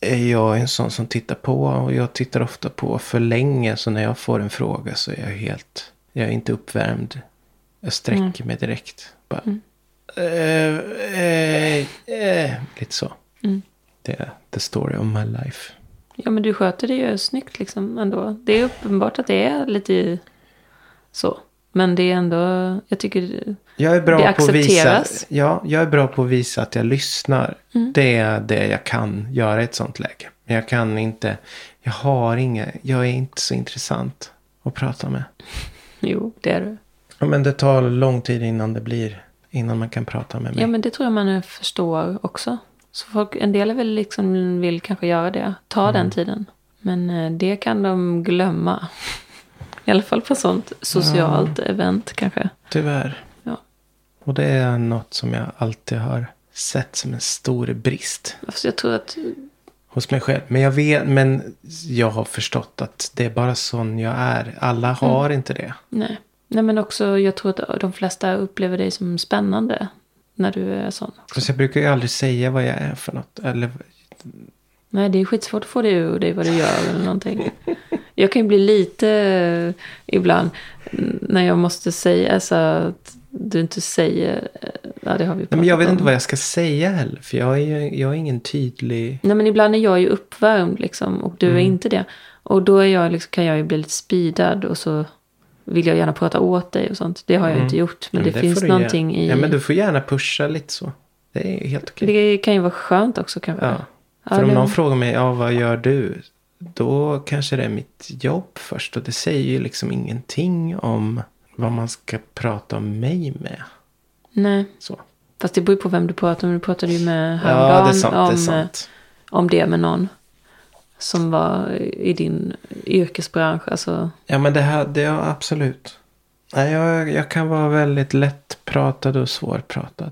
är jag en sån som tittar på. Och jag tittar ofta på för länge. Så när jag får en fråga så är jag helt... Jag är inte uppvärmd. Jag sträcker Mm. mig direkt. Bara, eh, Mm. eh, eh, lite så. Det är the story of my life. Ja, men du sköter det ju snyggt liksom ändå. Det är uppenbart att det är lite så. Men det är ändå, jag tycker, Jag är, bra Det på att visa, accepteras. Mm. ja, jag är bra på att visa att jag lyssnar. Det är det jag kan göra i ett sånt läge. Men jag kan inte, jag har inga, jag är inte så intressant att prata med. jo, det är du. Ja, men det tar lång tid innan det blir, innan man kan prata med mig. Ja, men det tror jag man förstår också. Så folk, en del är väl liksom vill kanske göra det, ta den tiden. Men eh, det kan de glömma. I alla fall på sånt socialt event kanske. Tyvärr. Ja. Och det är något som jag alltid har sett som en stor brist Fast jag tror att, hos mig själv. Men jag, vet, men jag har förstått att det är bara sån jag är. Mm. Alla har inte det. nej. Nej men också, jag tror att de flesta upplever dig som spännande. När du är sån. Fast jag brukar ju aldrig säga vad jag är för något. Eller, Nej, det är skitsvårt att få det ur dig vad du gör eller någonting. Jag kan ju bli lite eh, ibland n- när jag måste säga alltså, att du inte säger... eh, Ja, det har vi pratat nej, men jag vet om. inte vad jag ska säga heller. För jag är ju jag är ingen tydlig... Nej, men ibland är jag ju uppvärmd liksom och du Mm. är inte det. Och då är jag, liksom, kan jag ju bli lite speedad och så vill jag gärna prata åt dig och sånt. Det har Mm. jag ju inte gjort. Men det, får finns du gärna- någonting i... Ja, men du får gärna pusha lite så. Det är helt okej. Det kan ju vara skönt också kanske. Ja. Ja, För om det- någon frågar mig, ja vad gör du? Då kanske det är mitt jobb först. Och det säger ju liksom ingenting om vad man ska prata om mig med. Nej, Så. fast det beror ju på vem du pratar med. Du pratade ju med Ja, häromdagen det är sant. om... Det är eh, sant. om det med någon som var i din yrkesbransch. Alltså, Ja, men det här, det är absolut. Nej, jag, jag kan vara väldigt lättpratad och svårpratad.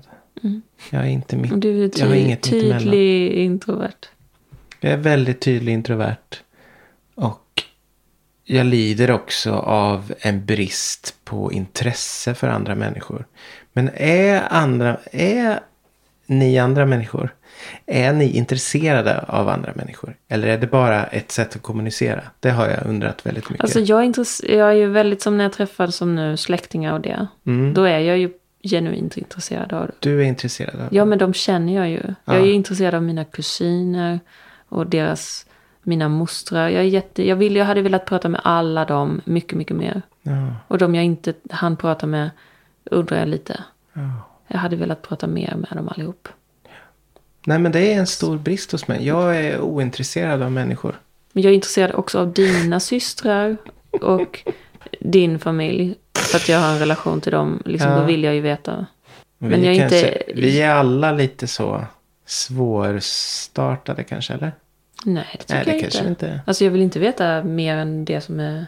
Jag är inte mitt. Mm. du är jag har ty- inget mittemellan. tydlig introvert. Jag är väldigt tydlig introvert. Och jag lider också av en brist på intresse för andra människor. Men är andra, är ni andra människor, är ni intresserade av andra människor? Eller är det bara ett sätt att kommunicera? Det har jag undrat väldigt mycket. Alltså, jag, är intress- jag är ju väldigt, som när jag träffar som nu släktingar och det. Mm. Då är jag ju genuint intresserad av det. du är intresserad av Ja, men de känner jag ju. Jag är ju intresserad av mina kusiner och deras, mina mostrar. Jag, är jätte, jag, vill, jag hade velat prata med alla dem mycket, mycket mer. Ja, Och de jag inte hann prata med undrar jag lite. ja. Jag hade velat prata mer med dem allihop. Nej, men det är en stor brist hos mig. Jag är ointresserad av människor. Men jag är intresserad också av dina systrar och din familj. För att jag har en relation till dem. Liksom, Då vill jag ju veta. Men vi, jag är inte- kanske- vi är alla lite så svårstartade kanske, eller? Nej, det tycker Nej, det jag kanske inte. inte. Alltså jag vill inte veta mer än det som är...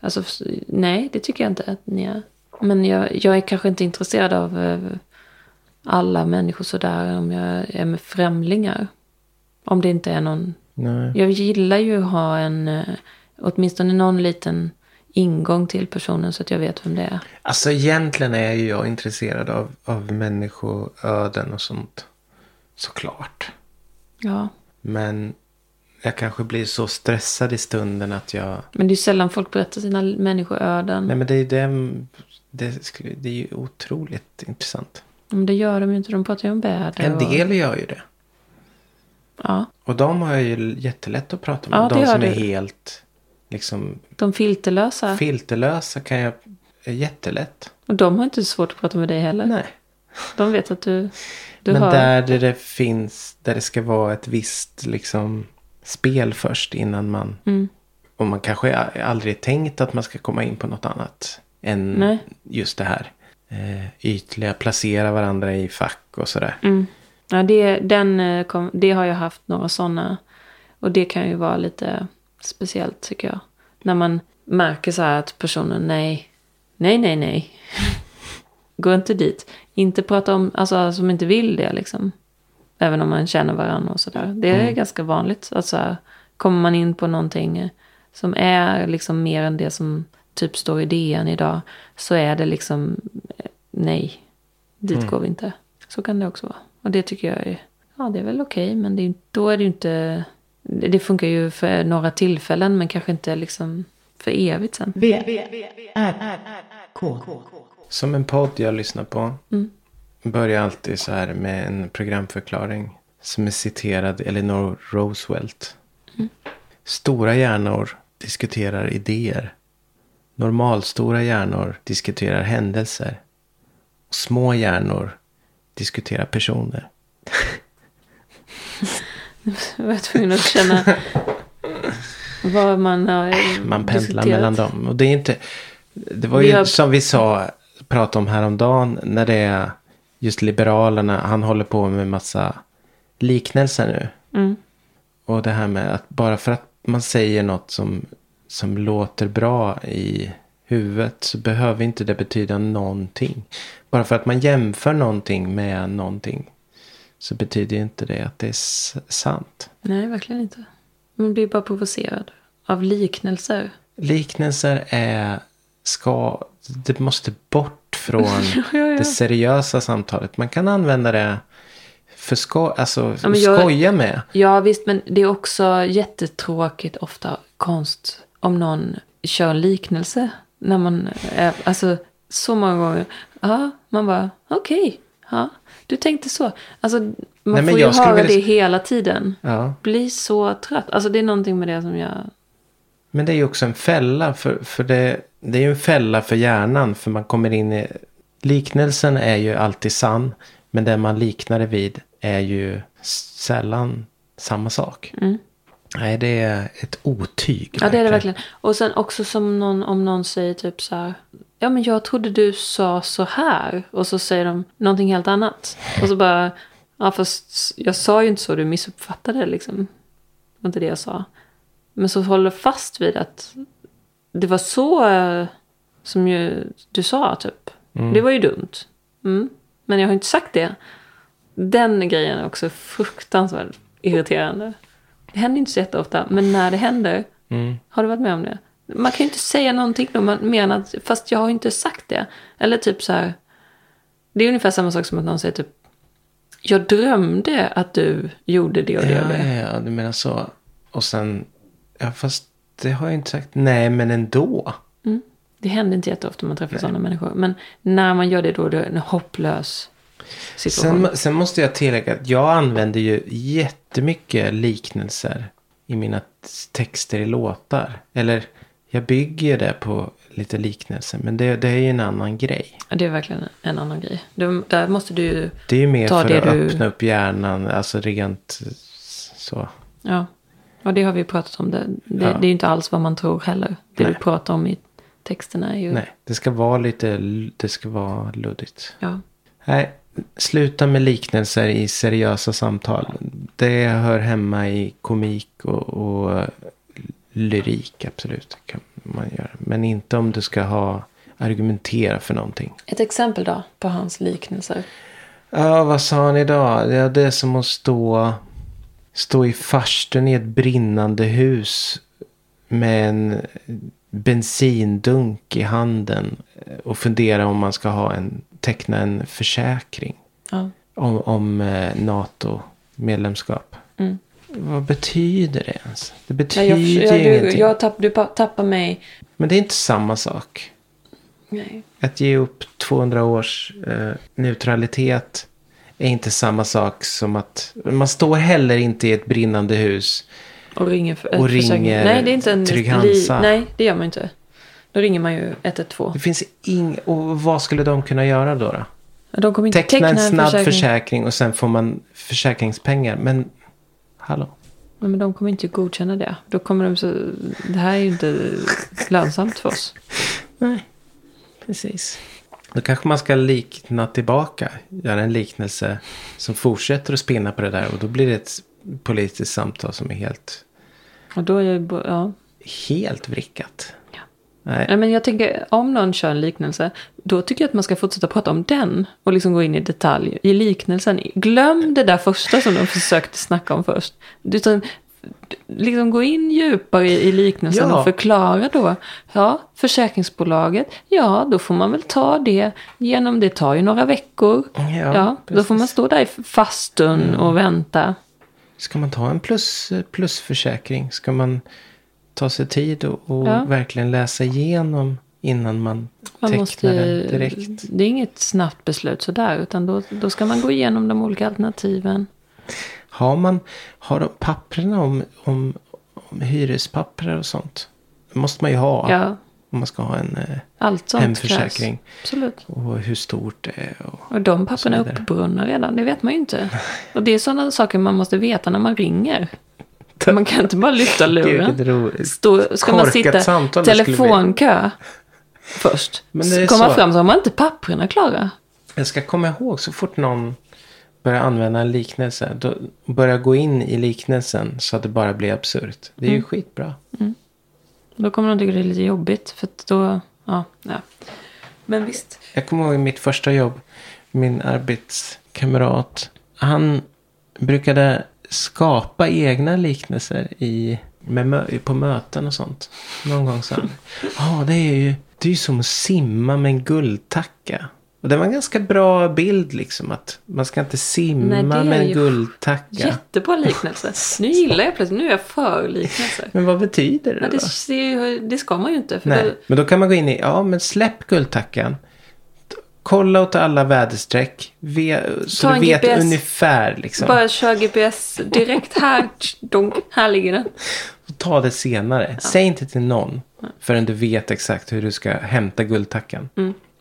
Alltså, f- nej, det tycker jag inte att ni är. Men jag, jag är kanske inte intresserad av eh, alla människor sådär om jag är med främlingar. Om det inte är någon Nej. Jag gillar ju att ha en, eh, åtminstone någon liten ingång till personen så att jag vet vem det är. Alltså egentligen är ju jag intresserad av, av människoöden och sånt. Såklart. Ja. Men jag kanske blir så stressad i stunden att jag... Men det är ju sällan folk berättar sina l- människoöden. Nej men det är ju det, det, skulle- det är ju otroligt intressant. Men det gör de ju inte, de pratar ju om väder. En och- del gör ju det. Ja, Och de har jag ju jättelätt att prata med. Ja, det de har som är du. helt liksom de filterlösa. filterlösa kan jag är jättelätt. och de har inte så svårt att prata med dig heller. Nej. De vet att du, du Men har... där det- det finns, där det ska vara ett visst liksom spel först innan man. Mm. Och man kanske a- aldrig tänkt att man ska komma in på något annat än Nej. just det här. Eh, ytliga, placera varandra i fack och sådär. Mm. Ja, det, den, eh, kom, det har jag haft några sådana. Och det kan ju vara lite speciellt tycker jag. När man märker så här att personen, nej, nej, nej, nej. Gå inte dit. Inte prata om, alltså som inte vill det liksom. Även om man känner varandra och sådär. Det är ganska vanligt. Att så här, kommer man in på någonting eh, som är liksom mer än det som typ står i DN idag. Så är det liksom, eh, nej, dit går vi inte. Så kan det också vara. Och det tycker jag är, ja det är väl okej. men det är, ju- då är det ju inte, det det funkar ju för några tillfällen. Men kanske inte liksom för evigt sen. V R K Som en podd jag lyssnar på. Börjar alltid så här med en programförklaring. Som är citerad Eleanor Roosevelt. Stora hjärnor diskuterar idéer. Normalstora hjärnor diskuterar händelser. Och små hjärnor diskuterar personer. Jag var tvungen att känna vad man har Mm, Man pendlar diskuterat. mellan dem. Och det är inte... Det var Vi ju har- som vi sa, pratade om häromdagen, när det är just Liberalerna, han håller på med massa liknelser nu. Mm. Och det här med att bara för att man säger något som, som låter bra i huvudet så behöver inte det betyda någonting. Bara för att man jämför någonting med någonting så betyder ju inte det att det är s- sant. Nej, verkligen inte. Man blir bara provocerad av liknelser. Liknelser är, ska, det måste bort från Ja, ja, ja. det seriösa samtalet. Man kan använda det för sko- alltså, men jag- skoja med. Ja, visst, men det är också jättetråkigt ofta konst om någon kör en liknelse. När man är, alltså så många gånger. Ja, man bara okej. ja, du tänkte så. Alltså man men får ju jag skulle höra vilja- det hela tiden. Ja. Bli så trött. Alltså det är någonting med det som jag... Men det är ju också en fälla. För, för det, det är ju en fälla för hjärnan. För man kommer in i... Liknelsen är ju alltid sann. Men det man liknar det vid är ju sällan samma sak. Nej, det är ett otyg. Mm. Ja, det är det verkligen. Och sen också som någon, om någon säger typ så här. Ja, men jag trodde du sa så här. Och så säger de någonting helt annat. Och så bara. Ja, fast jag sa ju inte så. Du missuppfattade det liksom. Det var inte det jag sa. Men så håller fast vid att det var så eh, som ju du sa typ. Det var ju dumt. Mm. Men jag har inte sagt det. Den grejen är också fruktansvärt irriterande. Det händer inte så jätteofta, men när det händer. Mm. Har du varit med om det? Man kan ju inte säga någonting om man menar att, fast jag har ju inte sagt det. Eller typ så här. Det är ungefär samma sak som att någon säger typ. Jag drömde att du gjorde det och det och Ja, det. ja, ja, du menar så. Och sen... Ja, fast det har jag inte sagt. Nej, men ändå. Mm. Det händer inte jätteofta man träffar sådana människor. Men när man gör det då är det en hopplös situation. Sen, sen måste jag tillägga att jag använder ju jättemycket liknelser i mina t- texter i låtar. Eller jag bygger ju det på lite liknelser. Men det, det är ju en annan grej. Ja, Det är verkligen en annan grej. Du, där måste du ju... Det är ju mer Ta för det att du- öppna upp hjärnan. Alltså rent eh, så. Ja. Och det har vi pratat om. Det, det, Ja. det är ju inte alls vad man tror heller. Det Nej. du pratar om i texterna är ju... Nej, det ska vara lite, l- det ska vara luddigt. Ja. Nej, sluta med liknelser i seriösa samtal. Det hör hemma i komik och, och lyrik, absolut. kan man göra. Men inte om du ska ha argumentera för någonting. Ett exempel då på hans liknelser. Ja, vad sa han idag? Ja, det är som att stå, stå i farstun i ett brinnande hus med en bensindunk i handen och fundera om man ska ha en, teckna en försäkring. Ja. om, om eh, NATO-medlemskap. Mm. Vad betyder det ens? Det Nej, betyder jag, jag, ju du, ingenting. jag tapp, du pa- tappar mig. Men det är inte samma sak. Nej. Att ge upp 200 års eh, neutralitet är inte samma sak som att... Man står heller inte i ett brinnande hus. Och ringer för, Och ett försök. ringer Nej, det är inte en... Trygg Hansa. nej, det gör man ju inte. Då ringer man ju 112. Det finns ing... Och vad skulle de kunna göra då? då? De kommer inte Teckna, en snabb försäkring. försäkring. och sen får man försäkringspengar. Men hallå? Nej, men de kommer inte godkänna det. Då kommer de så... Det här är ju inte lönsamt för oss. Nej, precis. Då kanske man ska likna tillbaka. Göra en liknelse som fortsätter att spinna på det där. Och då blir det ett politiskt samtal som är helt, Och då är jag, ju bo- ja. helt vrickat. Ja. Nej. Nej, men jag tänker, om någon kör en liknelse, då tycker jag att man ska fortsätta prata om den. Och liksom gå in i detalj i liknelsen. Glöm det där första som de försökte snacka om först. Utan, liksom gå in djupare i, i liknelsen Ja. och förklara då. Ja, försäkringsbolaget, ja då får man väl ta det genom, det tar ju några veckor. Ja, då får man precis. Mm. stå där i fastun och vänta. Ska man ta en plus, plusförsäkring? Ska man ta sig tid och, och Ja. verkligen läsa igenom innan man, tecknar den direkt? Det är inget snabbt beslut sådär, utan då, då ska man gå igenom de olika alternativen. Har man har de papperna om, om, hyrespapper och sånt. Det måste man ju ha. Ja, Om man ska ha en eh, allt sånt hemförsäkring. krävs. Absolut. Och hur stort det är. Och... Och de papperna är vidare. uppbrunna redan, det vet man ju inte. Och det är sådana saker man måste veta när man ringer. Man kan inte bara lyfta luren. Vilket roligt. Stå, ska man Korkat sitta samtal det skulle bli. telefonkö först? Men det är Komma så. fram så har man inte papperna klara. Jag ska komma ihåg så fort någon börjar använda en liknelse. Då börjar gå in i liknelsen så att det bara blir absurt. Det är Mm. ju skitbra. Då kommer de tycka det är lite jobbigt. För att då, ja, ja. Men visst. Jag kommer ihåg i mitt första jobb. Min arbetskamrat. Han brukade skapa egna liknelser i, med, mö- på möten och sånt. Någon gång sa han. Ja, det är ju det är ju som att simma med en guldtacka. Och det var en ganska bra bild liksom. Att man ska inte simma Nej, det är med en ju guldtacka. Jättebra liknelse. Nu gillar jag plötsligt, nu är jag för liknelser. Men vad betyder det Ja, då? det, det, det ska man ju inte. För Nej, då, men då kan man gå in i, ja men släpp guldtackan. T- Kolla åt alla väderstreck. Ve, så Ta du en vet GPS. ungefär liksom. Bara kör GPS direkt här. tsch, Donk, här ligger den. Ta det senare. Säg inte till någon förrän du vet exakt hur du ska hämta guldtackan.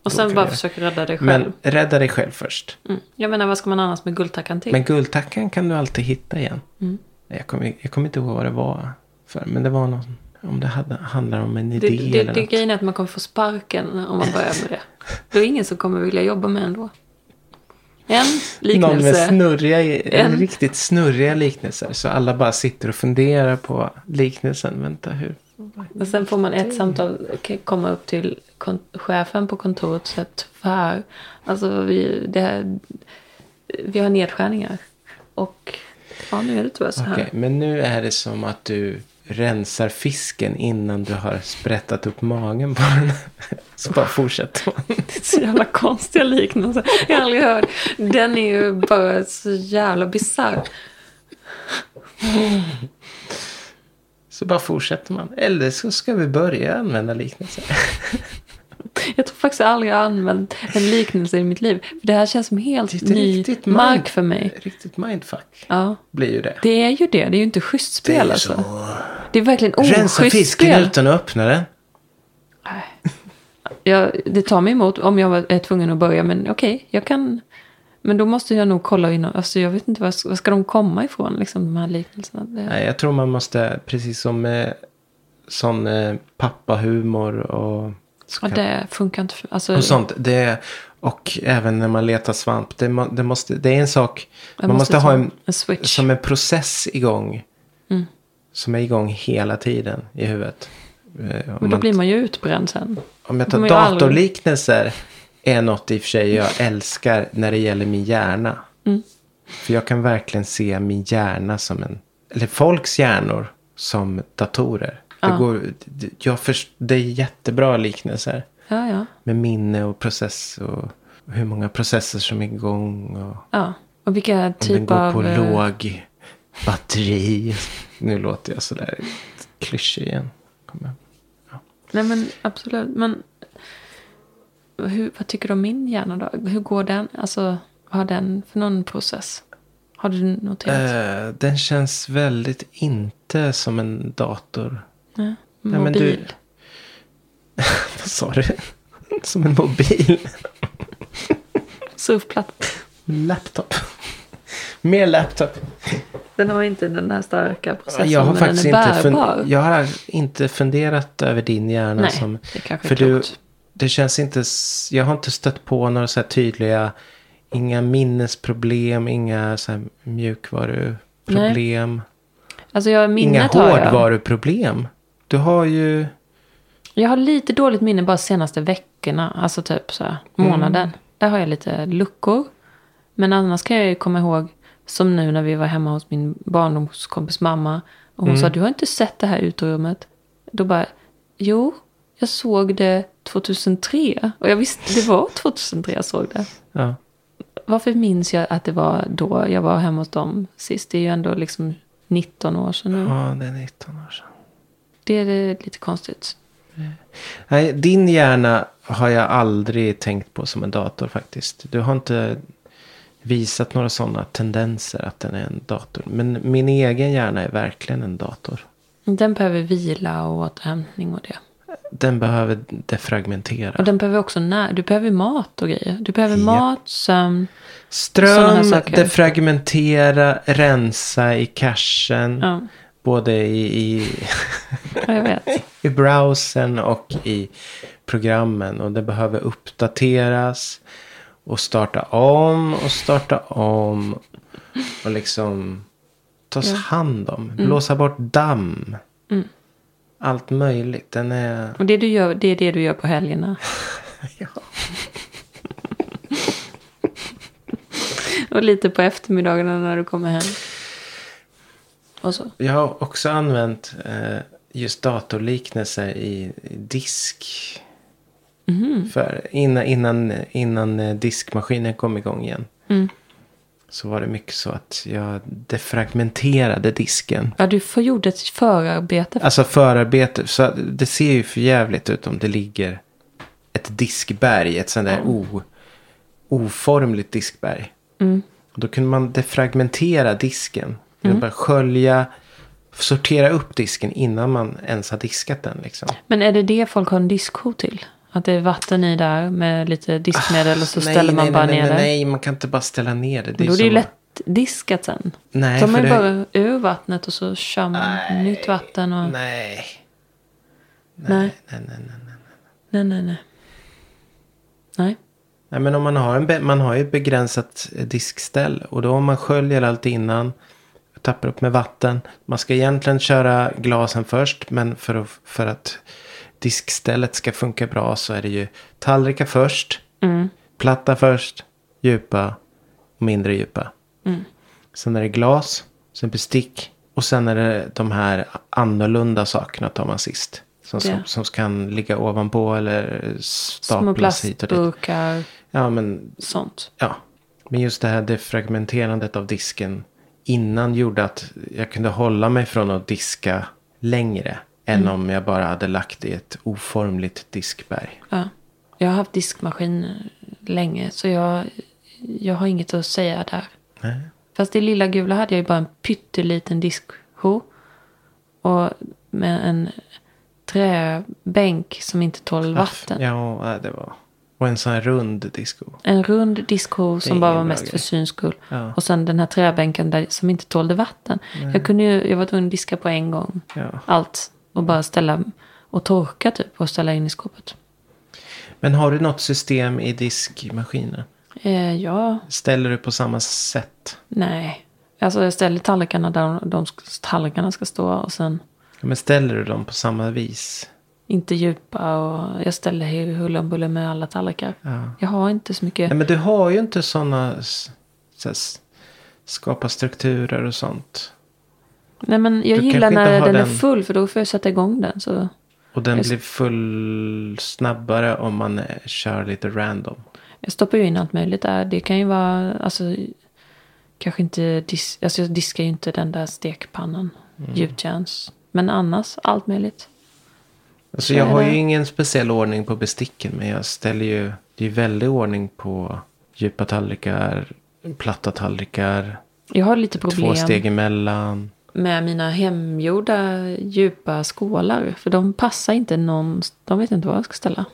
Och kan sen bara jag. försöka rädda dig Mm. själv. Men rädda dig själv först. Mm. Jag menar, vad ska man annars med guldtackan till? Men guldtackan kan du alltid hitta igen. Mm. Jag, kommer, jag kommer inte ihåg vad det var för. Men det var någon, om det hade, handlar om en idé det, det, eller det, något. grejen är att man kommer få sparken om man börjar med det. Då är det ingen som kommer vilja jobba med ändå. En Någon med liknelse. snurriga, en En. riktigt snurriga liknelser. Så alla bara sitter och funderar på liknelsen. Vänta, hur? Och sen får man ett samtal, k- komma upp till kon- chefen på kontoret och säga tyvärr, alltså vi, det här, vi har nedskärningar. Och ja, nu är det tyvärr så här. Okej, men nu är det som att du rensar fisken innan du har sprättat upp magen på den. Så bara fortsätter man. Så jävla konstiga liknelser. Jag har aldrig hört. Den är ju bara så jävla bisarr. Så bara fortsätter man. Eller så ska vi börja använda liknelser. Jag tror faktiskt aldrig jag har använt en liknelse i mitt liv. För det här känns som helt Det är ny riktigt mind- mark för mig. Riktigt mindfuck Ja, blir ju det. det är ju det. Det är ju inte schysst Det är spel ju alltså. så. Det är verkligen Rensa oschysst fisken spel. utan att öppna den. Jag, det tar mig emot om jag var, är tvungen att börja. Men okej, jag kan. Men då måste jag nog kolla in. Alltså jag vet inte, var, var ska de komma ifrån? Liksom de här liknelserna. Det, Nej, jag tror man måste, precis som med sån eh, pappahumor och, och det funkar inte. För, alltså, och sånt. Det, och även när man letar svamp. Det, må- det, måste, det är en sak. jag man måste ha ta en en, Mm. switch. som en process igång. Som är igång hela tiden i huvudet. Eh, Om Men då man, blir man ju utbränd sen. om jag man tar ju aldrig- datorliknelser. Är något i och för sig jag älskar när det gäller min hjärna. Mm. För jag kan verkligen se min hjärna som en... Eller folks hjärnor som datorer. Det, går, det- jag först, det är jättebra liknelser. Ja, ja. Med minne och process och hur många processer som är igång. Och om ja. Och vilka den typ går på av... eh, låg batteri. Nu låter jag sådär klyschig igen. Kommer jag- Nej men absolut. Men hur, vad tycker du om min hjärna då? Hur går den? Alltså vad har den för någon process? Har du noterat? Eh, den känns väldigt inte som en dator. Nej. nej, men Mobil? du- Vad sa du? Som en mobil. Surfplatta? Laptop. Mer laptop. Den har inte den här starka processen Jag har Alltså, men faktiskt den är inte, fun- bärbar. jag har inte funderat över din hjärna. Nej, som, det kanske är för du, klokt. det känns inte, s- jag har inte stött på några så här tydliga, inga minnesproblem, inga så här mjukvaruproblem. Alltså jag, Inga minnet har jag. hårdvaruproblem. Du har ju, Jag har lite dåligt minne bara senaste veckorna. Alltså typ så här, månaden. Där har jag lite luckor. Men annars kan jag ju komma ihåg. Som nu när vi var hemma hos min barndomskompis mamma. Och hon sa du har inte sett det här utrymmet. Då bara jo. Jag såg det 2003. Och jag visste det var 2003 jag såg det. ja, Varför minns jag att det var då jag var hemma hos dem sist? Det är ju ändå liksom 19 år sedan nu. ja det är 19 år sedan. Det är eh, lite konstigt. Nej, din hjärna har jag aldrig tänkt på som en dator faktiskt. Du har inte visat några sådana tendenser att den är en dator. Men min egen hjärna är verkligen en dator. Den behöver vila och återhämtning och det. Den behöver defragmentera. Och den behöver också när. Du behöver mat och grejer. Du behöver Ja. mat, sömn. sådana här Ström, saker. defragmentera, rensa i cachen. Ja, Både i, i, ja, jag vet. i browsern och i programmen. Och det behöver uppdateras. Och starta om och starta om. Och liksom tas hand om. Blåsa bort damm. Allt möjligt. Den är... Och det, du gör, det är det du gör på helgerna. Ja. Och lite på eftermiddagarna när du kommer hem. Och så. Jag har också använt eh, just datorliknelser i, i disk. För innan, innan, innan eh, diskmaskinen kom igång igen. Så var det mycket så att jag defragmenterade disken. Ja, du får gjort ett förarbete. Alltså förarbete. Så att det ser ju för jävligt ut om det ligger ett diskberg. Ett sånt där o, oformligt diskberg. Mm. Då kunde man defragmentera disken. Mm. Bara skölja, sortera upp disken innan man ens har diskat den. Liksom. Men är det det folk har en diskho till? Att det är vatten i där med lite diskmedel och så Ah, Nej, ställer man nej, bara nej, ner nej, det? nej, man kan inte bara ställa ner det. Men Då är det som- ju lätt diskat sen. Nej, Tar man för ju det- bara ur vattnet och så kör man Nej. nytt vatten och... Nej, Nej. nej, Nej, nej, nej. nej. Nej. nej. nej. Nej, men om man har, en be- man har ju ett begränsat eh, diskställ. Och då om man sköljer allt innan. Tappar upp med vatten. Man ska egentligen köra glasen först. Men för att, för att diskstället ska funka bra så är det ju tallrikar först. Platta först. Djupa. Och mindre djupa. Sen är det glas. Sen bestick. Och sen är det de här annorlunda sakerna tar man sist. Som, som, Det. som kan ligga ovanpå eller Små staplas hit och dit. plastburkar, Ja, men, sånt. ja. men just det här defragmenterandet av disken innan gjorde att jag kunde hålla mig från att diska längre. Än om jag bara hade lagt i ett oformligt diskberg. Ja. Jag har haft diskmaskin länge så jag, jag har inget att säga där. Nej. Fast i lilla gula hade jag ju bara en pytteliten diskho. Och med en träbänk som inte tål vatten. Ja, nej, det var... Och en sån här rund disco. En rund diskho som ingen bara var bra mest grej. för syns skull. Ja. Och sen den här träbänken där, som inte tålde vatten. Jag, kunde ju, jag var tvungen att diska på en gång. Ja. Allt. Och bara ställa och torka typ och ställa in i skåpet. Men har du något system i diskmaskinen? Eh, ja, Ställer du på samma sätt? nej. Alltså jag ställer tallrikarna där de, de ska- tallrikarna ska stå. Och sen Ja, men ställer du dem på samma vis? inte djupa. Och jag ställer hu- huller om buller med alla tallrikar. Ja. Jag har inte så mycket. Nej, men du har ju inte sådana... Skapa strukturer och sånt. Nej men jag Du gillar kanske inte när har den är den- full för då får jag sätta igång den. Så. Och den Just- blir full snabbare om man eh, kör lite random. Jag stoppar ju in allt möjligt där. Det kan ju vara, alltså, kanske inte, dis- alltså jag diskar ju inte den där stekpannan, Mm. gjutjärns. Men annars, allt möjligt. Alltså jag Kör har det. ju ingen speciell ordning på besticken. Men jag ställer ju... Det är ju väldig ordning på djupa tallrikar, platta tallrikar, Jag har lite två problem steg emellan. med mina hemgjorda djupa skålar. För de passar inte någon, de vet inte vad jag ska ställa.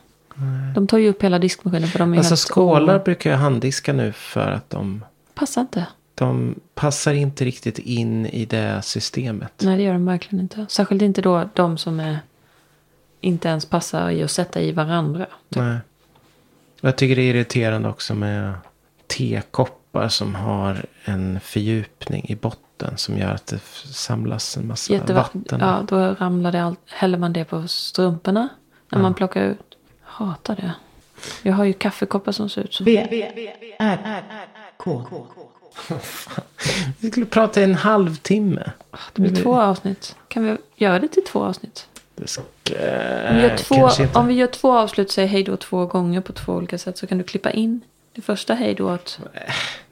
De tar ju upp hela diskmaskinen för de är Alltså helt skålar tomma. brukar jag handdiska nu för att de, Passar inte. de passar inte riktigt in i det systemet. Nej, det gör de verkligen inte. Särskilt inte då de som är, inte ens passar i att sätta i varandra. Nej. Och Jag tycker det är irriterande också med tekoppar som har en fördjupning i botten som gör att det f- samlas en massa Jättevatten. vatten. Ja, då ramlade allt. Häller man det på strumporna när man plockar ut. Hatar det. Jag har ju kaffekoppar som ser ut så. B B- R R- K. Vi skulle prata i en halvtimme. Det blir två avsnitt. Kan vi göra det till två avsnitt? Det ska... Om vi gör två, Eh, kanske inte. om vi gör två avslut, säger hej då två gånger på två olika sätt så kan du klippa in det första hej då. Att,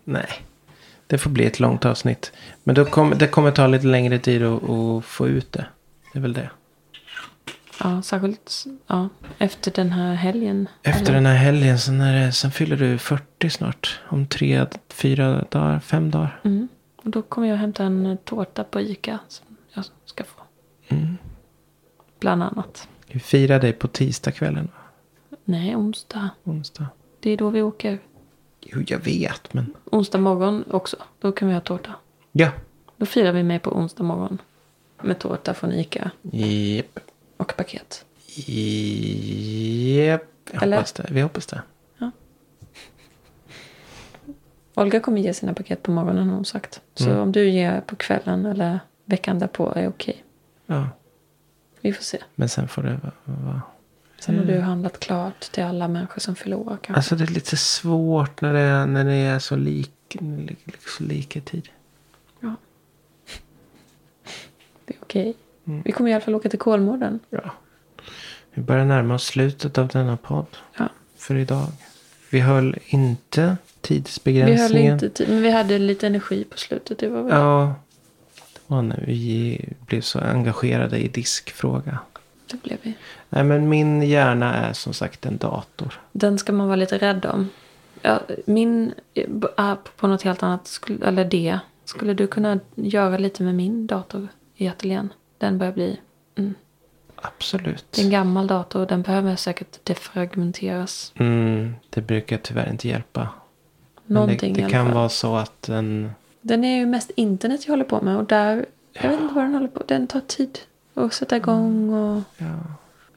Nej. Det får bli ett långt avsnitt. Men då kommer det kommer ta lite längre tid att, att få ut det. Det är väl det. ja, särskilt ja, efter den här helgen. Efter den här helgen, sen, är det, sen fyller du 40 snart. Om tre, fyra dagar, fem dagar. Mm. Och då kommer jag hämta en tårta på Ica som jag ska få. Bland annat. Vi firar dig på tisdagskvällen, va? Nej, onsdag. onsdag. Det är då vi åker. Jo, jag vet, men... Onsdag morgon också. Då kan vi ha tårta. Ja. Då firar vi mig på onsdag morgon. Med tårta från Ica Jep. och paket. Jep. Jag Eller? hoppas det. Vi hoppas det. Olga kommer ge sina paket på morgonen har hon sagt. Så Mm. om du ger på kvällen eller veckan därpå är okej. Ja. Vi får se. Men sen får det vara... vara- Sen har du handlat klart till alla människor som fyller år kanske. Mm. Alltså det är lite svårt när det är, när det är så lik, lik, så lik i tid. Ja. Det är okej. Mm. Vi kommer i alla fall åka till Kolmården. Ja. Vi börjar närma oss slutet av denna podd Ja. för idag. Vi höll inte Vi höll tidsbegränsningen. inte tid, men vi hade lite energi på slutet. Det var väl... Ja. Det var när vi blev så engagerade i diskfråga. Det blev vi. Nej men min hjärna är som sagt en dator. Den ska man vara lite rädd om. Ja, min är på något helt annat, skulle- eller det. Skulle du kunna göra lite med min dator i ateljén? Den börjar bli... Mm. Absolut. Det är en gammal dator och den behöver säkert defragmenteras. Mm, det brukar tyvärr inte hjälpa. Men Någonting det, i det alla kan fall. vara så att den... Den är ju mest internet jag håller på med och där... Jag vet inte vad den håller på Den tar tid att sätta igång Mm. och Ja.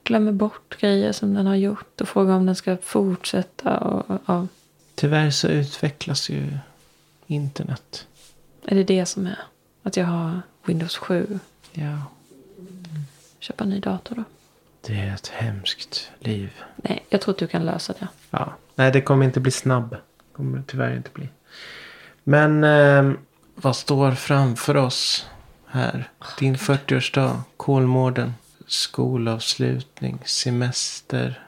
glömmer bort grejer som den har gjort och frågar om den ska fortsätta. Och, och, och. Tyvärr så utvecklas ju internet. Är det det som är? Att jag har Windows 7. Ja. Köpa en ny dator då. Det är ett hemskt liv. Nej, jag tror att du kan lösa det. Ja. Nej, det kommer inte bli snabb. Kommer det tyvärr inte bli. Men eh, vad står framför oss här? Din 40-årsdag, Kolmården, skolavslutning, semester,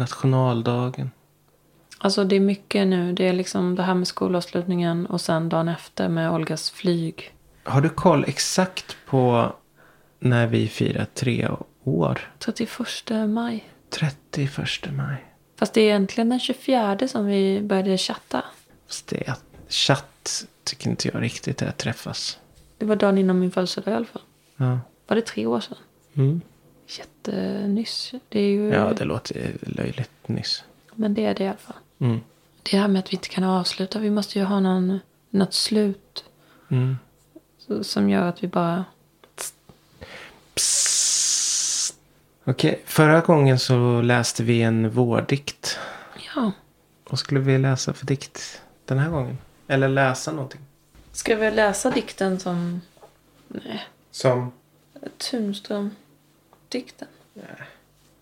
nationaldagen. Alltså det är mycket nu. Det är liksom det här med skolavslutningen och sen dagen efter med Olgas flyg. Har du koll exakt på när vi firar tre år? 31 maj. 31 maj. Fast det är egentligen den 24 som vi började chatta. Fast det är chatt tycker inte jag riktigt är att träffas. Det var dagen innan min födelsedag i alla fall. Ja. Var det tre år sedan? Mm. Jättenyss. Det är ju... Ja, det låter löjligt nyss. Men det är det i alla fall. Mm. Det här med att vi inte kan avsluta. Vi måste ju ha någon, något slut. Mm. så- Som gör att vi bara... Psst. Okej, förra gången så läste vi en vårdikt. Ja. Vad skulle vi läsa för dikt den här gången? Eller läsa någonting? Ska vi läsa dikten som... Nej. Som? Tunström-dikten.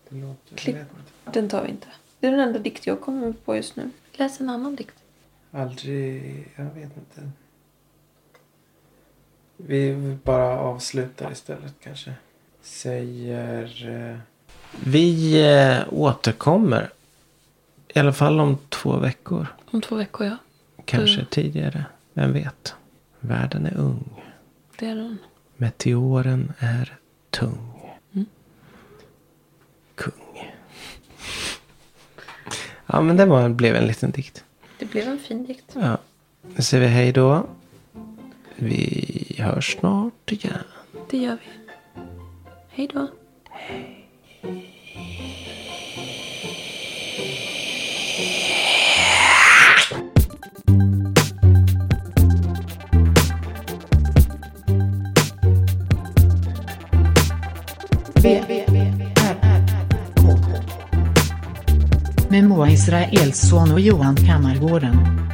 Det låter, Klipp. Den tar vi inte. Det är den enda dikt jag kommer på just nu. Läs en annan dikt. Aldrig, jag vet inte. Vi bara avslutar istället kanske. Säger... eh, Vi eh, återkommer. I alla fall om två veckor. Om två veckor, ja. Kanske tidigare. Vem vet? Världen är ung. Det är den. Meteoren är tung. Kung. Ja, men det var, blev en liten dikt. Det blev en fin dikt. Ja. Nu säger vi hej då. Vi hörs snart igen. Det gör vi. Hej då. B R K. Med Moa Israelsson och Johan Kammargården.